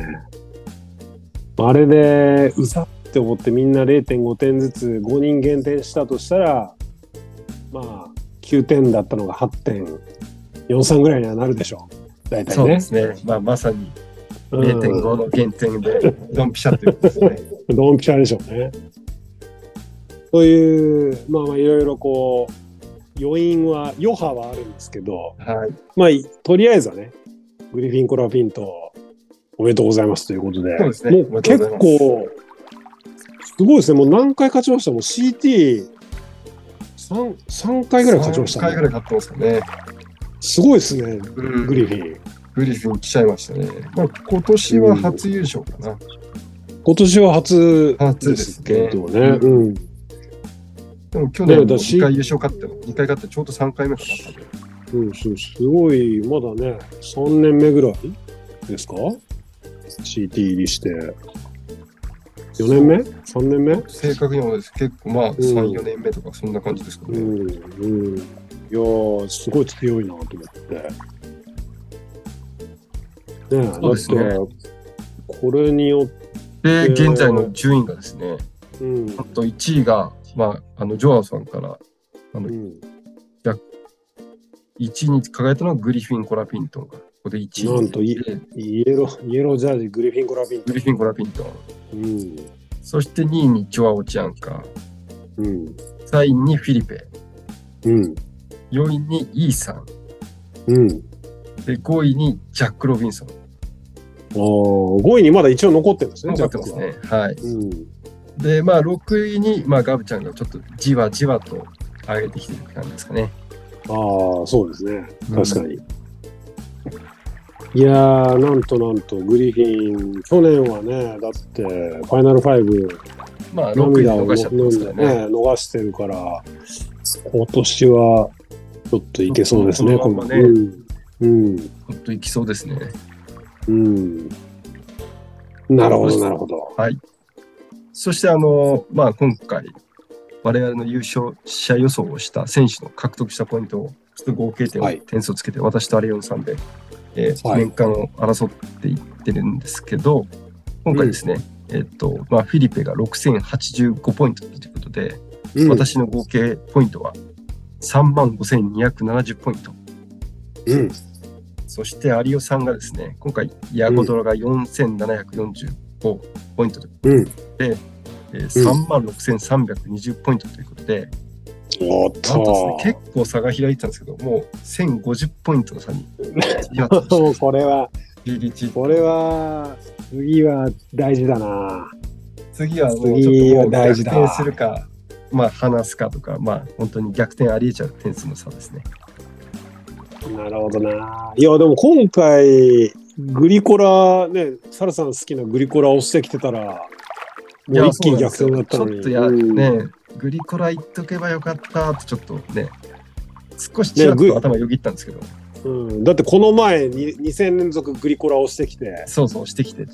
Speaker 3: あれで、うざって思ってみんな0.5点ずつ5人減点したとしたら、まあ、9点だったのが8.43ぐらいにはなるでしょう。大体
Speaker 2: そうで
Speaker 3: ね。
Speaker 2: すね。まあ、まさに
Speaker 3: うん
Speaker 2: 0.5の減点で、ドンピシャっていうことですね。
Speaker 3: ドンピシャでしょうね。という、まあまあ、いろいろこう、余韻は、余波はあるんですけど、
Speaker 2: はい。
Speaker 3: まあ、いとりあえずはね、グリフィン・コラピンとおめでとうございますということで、
Speaker 2: そうですね
Speaker 3: もう
Speaker 2: おめでと
Speaker 3: 結
Speaker 2: う
Speaker 3: 構、すごいですね、もう何回勝ちましたもう CT3 3回ぐらい勝ちました、
Speaker 2: 3回ぐ
Speaker 3: ね。
Speaker 2: らい勝ってますかね。
Speaker 3: すごいですね、グ
Speaker 2: グリ
Speaker 3: リフィン。
Speaker 2: グリフィン来ちゃいましたね。まあ、今年は初優勝かな。
Speaker 3: 今年は初
Speaker 2: 初
Speaker 3: で
Speaker 2: です
Speaker 3: す
Speaker 2: ね
Speaker 3: けどね。うん
Speaker 2: でも去年も
Speaker 3: ねだし
Speaker 2: 2回優勝勝っても、2回勝ってちょうど3回目かな。多分
Speaker 3: うん、そうすごい、まだね、3年目ぐらいですか ?CT 入りして。4年目 ?3 年目
Speaker 2: 正確にはです結構まあ3、
Speaker 3: うん
Speaker 2: 4年目とかそんな感じですか
Speaker 3: う
Speaker 2: ね。
Speaker 3: んうん、いやーすごい強いなと思って。ねえ、
Speaker 2: そうですね
Speaker 3: だってこれによって、
Speaker 2: で、
Speaker 3: えー
Speaker 2: 現在の順位がですね、
Speaker 3: うん
Speaker 2: あと1位が、まあ、あのジョアオさんから
Speaker 3: うん、
Speaker 2: 1位に輝いたのはグリフィン・コラピントンが、ここで1位。
Speaker 3: なんとい
Speaker 2: で
Speaker 3: イエローイエロージャージ、グリフィン・コラビン
Speaker 2: グリフィン・コラピントン。
Speaker 3: うん
Speaker 2: そして2位にジョアオ・チアンカ。
Speaker 3: うん。
Speaker 2: 3位にフィリペ、
Speaker 3: うん。
Speaker 2: 4位にイーサン、
Speaker 3: うん。
Speaker 2: で5位にジャック・ロビンソン。
Speaker 3: お5位にまだ一応残ってるんですね、
Speaker 2: 残ってますね。はい。
Speaker 3: ジャックは。
Speaker 2: で、まあ、6位に、まあ、ガブちゃんがちょっとじわじわと上げてきてる感じですかね。
Speaker 3: うん。ああ、そうですね。確か
Speaker 2: に。
Speaker 3: に。いやー、なんとなんと、グリフィン、去年はね、だって、ファイナル5、
Speaker 2: まあ、6位で
Speaker 3: 涙を
Speaker 2: 逃しちゃってますからね。
Speaker 3: 逃してるから、今年はちょっといけそうですね、
Speaker 2: このままね
Speaker 3: うん。
Speaker 2: ほんといきそうですね。
Speaker 3: うん。うん。なるほど、なるほど。
Speaker 2: そして、あの、まあ、今回、我々の優勝者予想をした選手の獲得したポイントを、ちょっと合計点
Speaker 3: は
Speaker 2: を
Speaker 3: い
Speaker 2: 点数をつけて、私とアレオンさんで、えー
Speaker 3: はい
Speaker 2: 年間を争っていってるんですけど、今回ですね、えっと、まあ、フィリペが6085ポイントということで、
Speaker 3: うん、
Speaker 2: 私の合計ポイントは3万5270ポイント。
Speaker 3: うん。
Speaker 2: そして有オさんがですね、今回、ヤゴドラが4745ポイントで、
Speaker 3: うん。
Speaker 2: えー3万6320ポイントということで、
Speaker 3: おっ
Speaker 2: なんと
Speaker 3: と。
Speaker 2: ですね、結構差が開いてたんですけど、もう1050ポイントの差 に縮まってま
Speaker 3: もう
Speaker 2: し
Speaker 3: これは、
Speaker 2: た GDG
Speaker 3: これは、次は大事だな。
Speaker 2: 次はもう
Speaker 3: 次
Speaker 2: ちょっ
Speaker 3: は
Speaker 2: と
Speaker 3: 大
Speaker 2: 逆
Speaker 3: 事だ
Speaker 2: 転するか、まあ、離すかとか、まあ、本当に逆転ありえちゃう点数の差ですね。
Speaker 3: なるほどな。いや、でも今回、グリコラ、ね、サラさん好きなグリコラ押してきてたら、
Speaker 2: い
Speaker 3: も
Speaker 2: や
Speaker 3: う一気に逆転だったのに。
Speaker 2: そうなんですよちょっと
Speaker 3: うん
Speaker 2: や、ね、グリコラ行っとけばよかったとちょっとね、少しちらっ
Speaker 3: ねグ
Speaker 2: と頭よぎったんですけど、
Speaker 3: うん、だってこの前に2戦連続グリコラをしてきて、
Speaker 2: そうそうしてきて、ち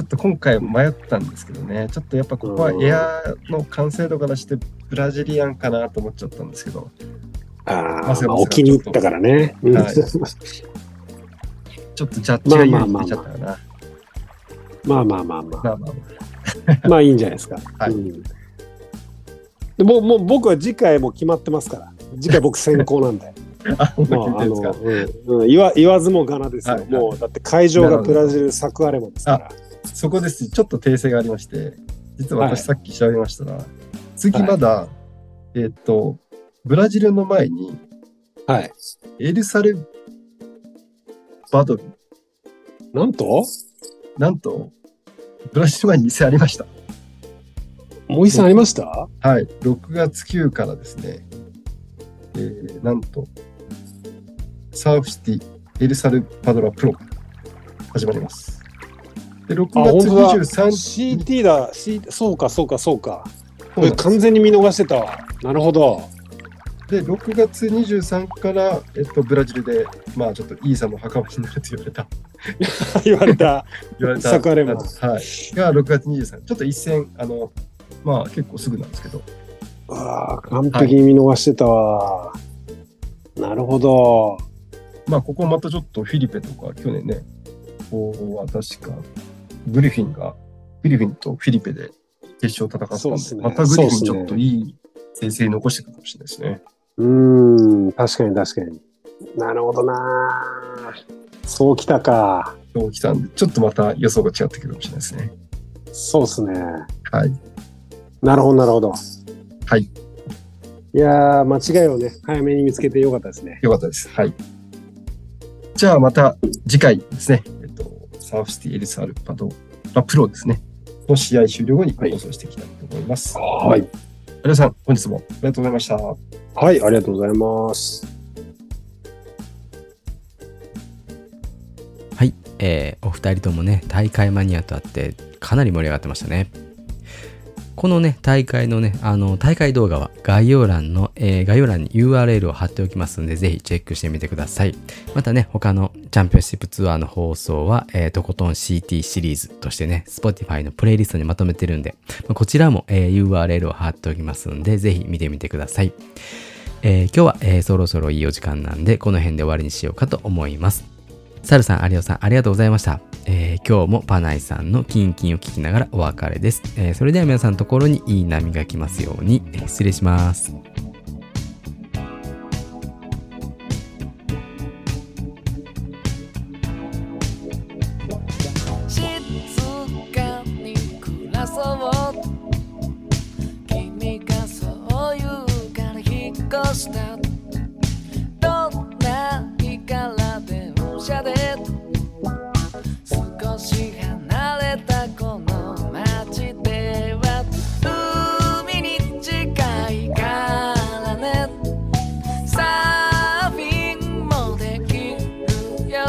Speaker 2: ょっと今回迷ったんですけどね、ちょっとやっぱここは
Speaker 3: うん
Speaker 2: エアの完成度からしてブラジリアンかなと思っちゃったんですけど、
Speaker 3: あ
Speaker 2: まさ
Speaker 3: ー
Speaker 2: か
Speaker 3: まあ、お気に入ったからね。うん
Speaker 2: はいちょっとジャッジが有利に出ちゃったかな。
Speaker 3: まあまあまあま
Speaker 2: まあまあま
Speaker 3: あ、まあいいんじゃないですか。
Speaker 2: はい
Speaker 3: うんでもうもう僕は次回も決まってますから、次回僕先行 なんで、
Speaker 2: あ。あ、本
Speaker 3: ま
Speaker 2: 当に
Speaker 3: ああ
Speaker 2: 聞いてるん
Speaker 3: の
Speaker 2: です
Speaker 3: うんうん言わ言わずもがなですよ、
Speaker 2: はい
Speaker 3: もうだって会場がブラジル、サクアレモですから。
Speaker 2: かそこです、ちょっと訂正がありまして、実は私さっき調べましたら、次まだ、えっと、ブラジルの前に、
Speaker 3: はい、
Speaker 2: エルサルバドル、
Speaker 3: なんと、
Speaker 2: なんと、ブラジル前に店ありました。
Speaker 3: 森さんありました
Speaker 2: はい、6月9からですね、えー、なんと、サーフシティエルサルバドラプロが始まります。で、6
Speaker 3: あ本
Speaker 2: 月
Speaker 3: 当だ
Speaker 2: 23日、
Speaker 3: ?CT だ、C、そうかそうかそうか。こ
Speaker 2: そう
Speaker 3: れ
Speaker 2: なんです
Speaker 3: 完全に見逃してたわ。なるほど。
Speaker 2: で、6月23から、えっと、ブラジルで、まあ、ちょっとイーサの墓場になると言われた、
Speaker 3: 言われた。
Speaker 2: 言われた、
Speaker 3: サクアレモン
Speaker 2: はい、が6月23ちょっと一戦、あの、まあ、結構すぐなんですけど、
Speaker 3: ああ、完璧に見逃してたわ。なるほど。
Speaker 2: まあ、ここまたちょっとフィリペとか、去年ね、ここは確か、グリフィンが、フィリピンとフィリペで決勝戦った
Speaker 3: そうんっ
Speaker 2: で、
Speaker 3: すね
Speaker 2: またグリフィンち
Speaker 3: そうっすね
Speaker 2: ょっといい成績残してくるかもしれないですね。
Speaker 3: うーん、確かに確かに。なるほどな。そうきたか。
Speaker 2: そう来たんで、ちょっとまた予想が違ってくるかもしれないですね。
Speaker 3: そうですね。
Speaker 2: はい。
Speaker 3: なるほど、なるほど。
Speaker 2: はい。
Speaker 3: いやー、間違いをね、早めに見つけてよかったですね。
Speaker 2: よかったです。はい。じゃあまた次回ですね、えっと、サーフシティエルサルパド、まあ、プロですね、の試合終了後に放送していきたいと思います。
Speaker 3: はい。
Speaker 2: 皆さん、本日もありがとうございました。
Speaker 3: はい、ありがとうございます。
Speaker 1: はい、えーお二人ともね大会マニアとあってかなり盛り上がってましたねこのね大会のねあの大会動画は概要欄の、えー概要欄に URL を貼っておきますのでぜひチェックしてみてくださいまたね他のチャンピオンシップツアーの放送は、えーとことん CT シリーズとしてね Spotify のプレイリストにまとめてるんで、まあこちらも、えー URL を貼っておきますのでぜひ見てみてくださいえー今日は、えーそろそろいいお時間なんでこの辺で終わりにしようかと思いますサルさん、有オさん、ありがとうございました。えー今日もパナイさんのキンキンを聞きながらお別れです。えーそれでは皆さんのところにいい波が来ますように、えー失礼します。
Speaker 4: 静かに暮らそう君が好越したどんな日から電車で少し離れたこの街では海に近いからねサーフィンもできるよ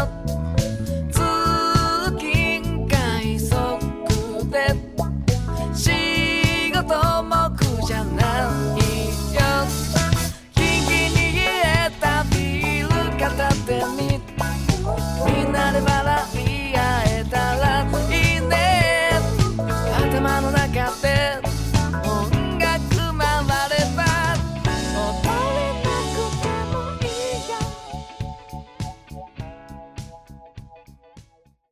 Speaker 4: 通勤快速で仕事も苦じゃないよ日に入れたビール片手にみんなで笑い合えたらいいね頭の中で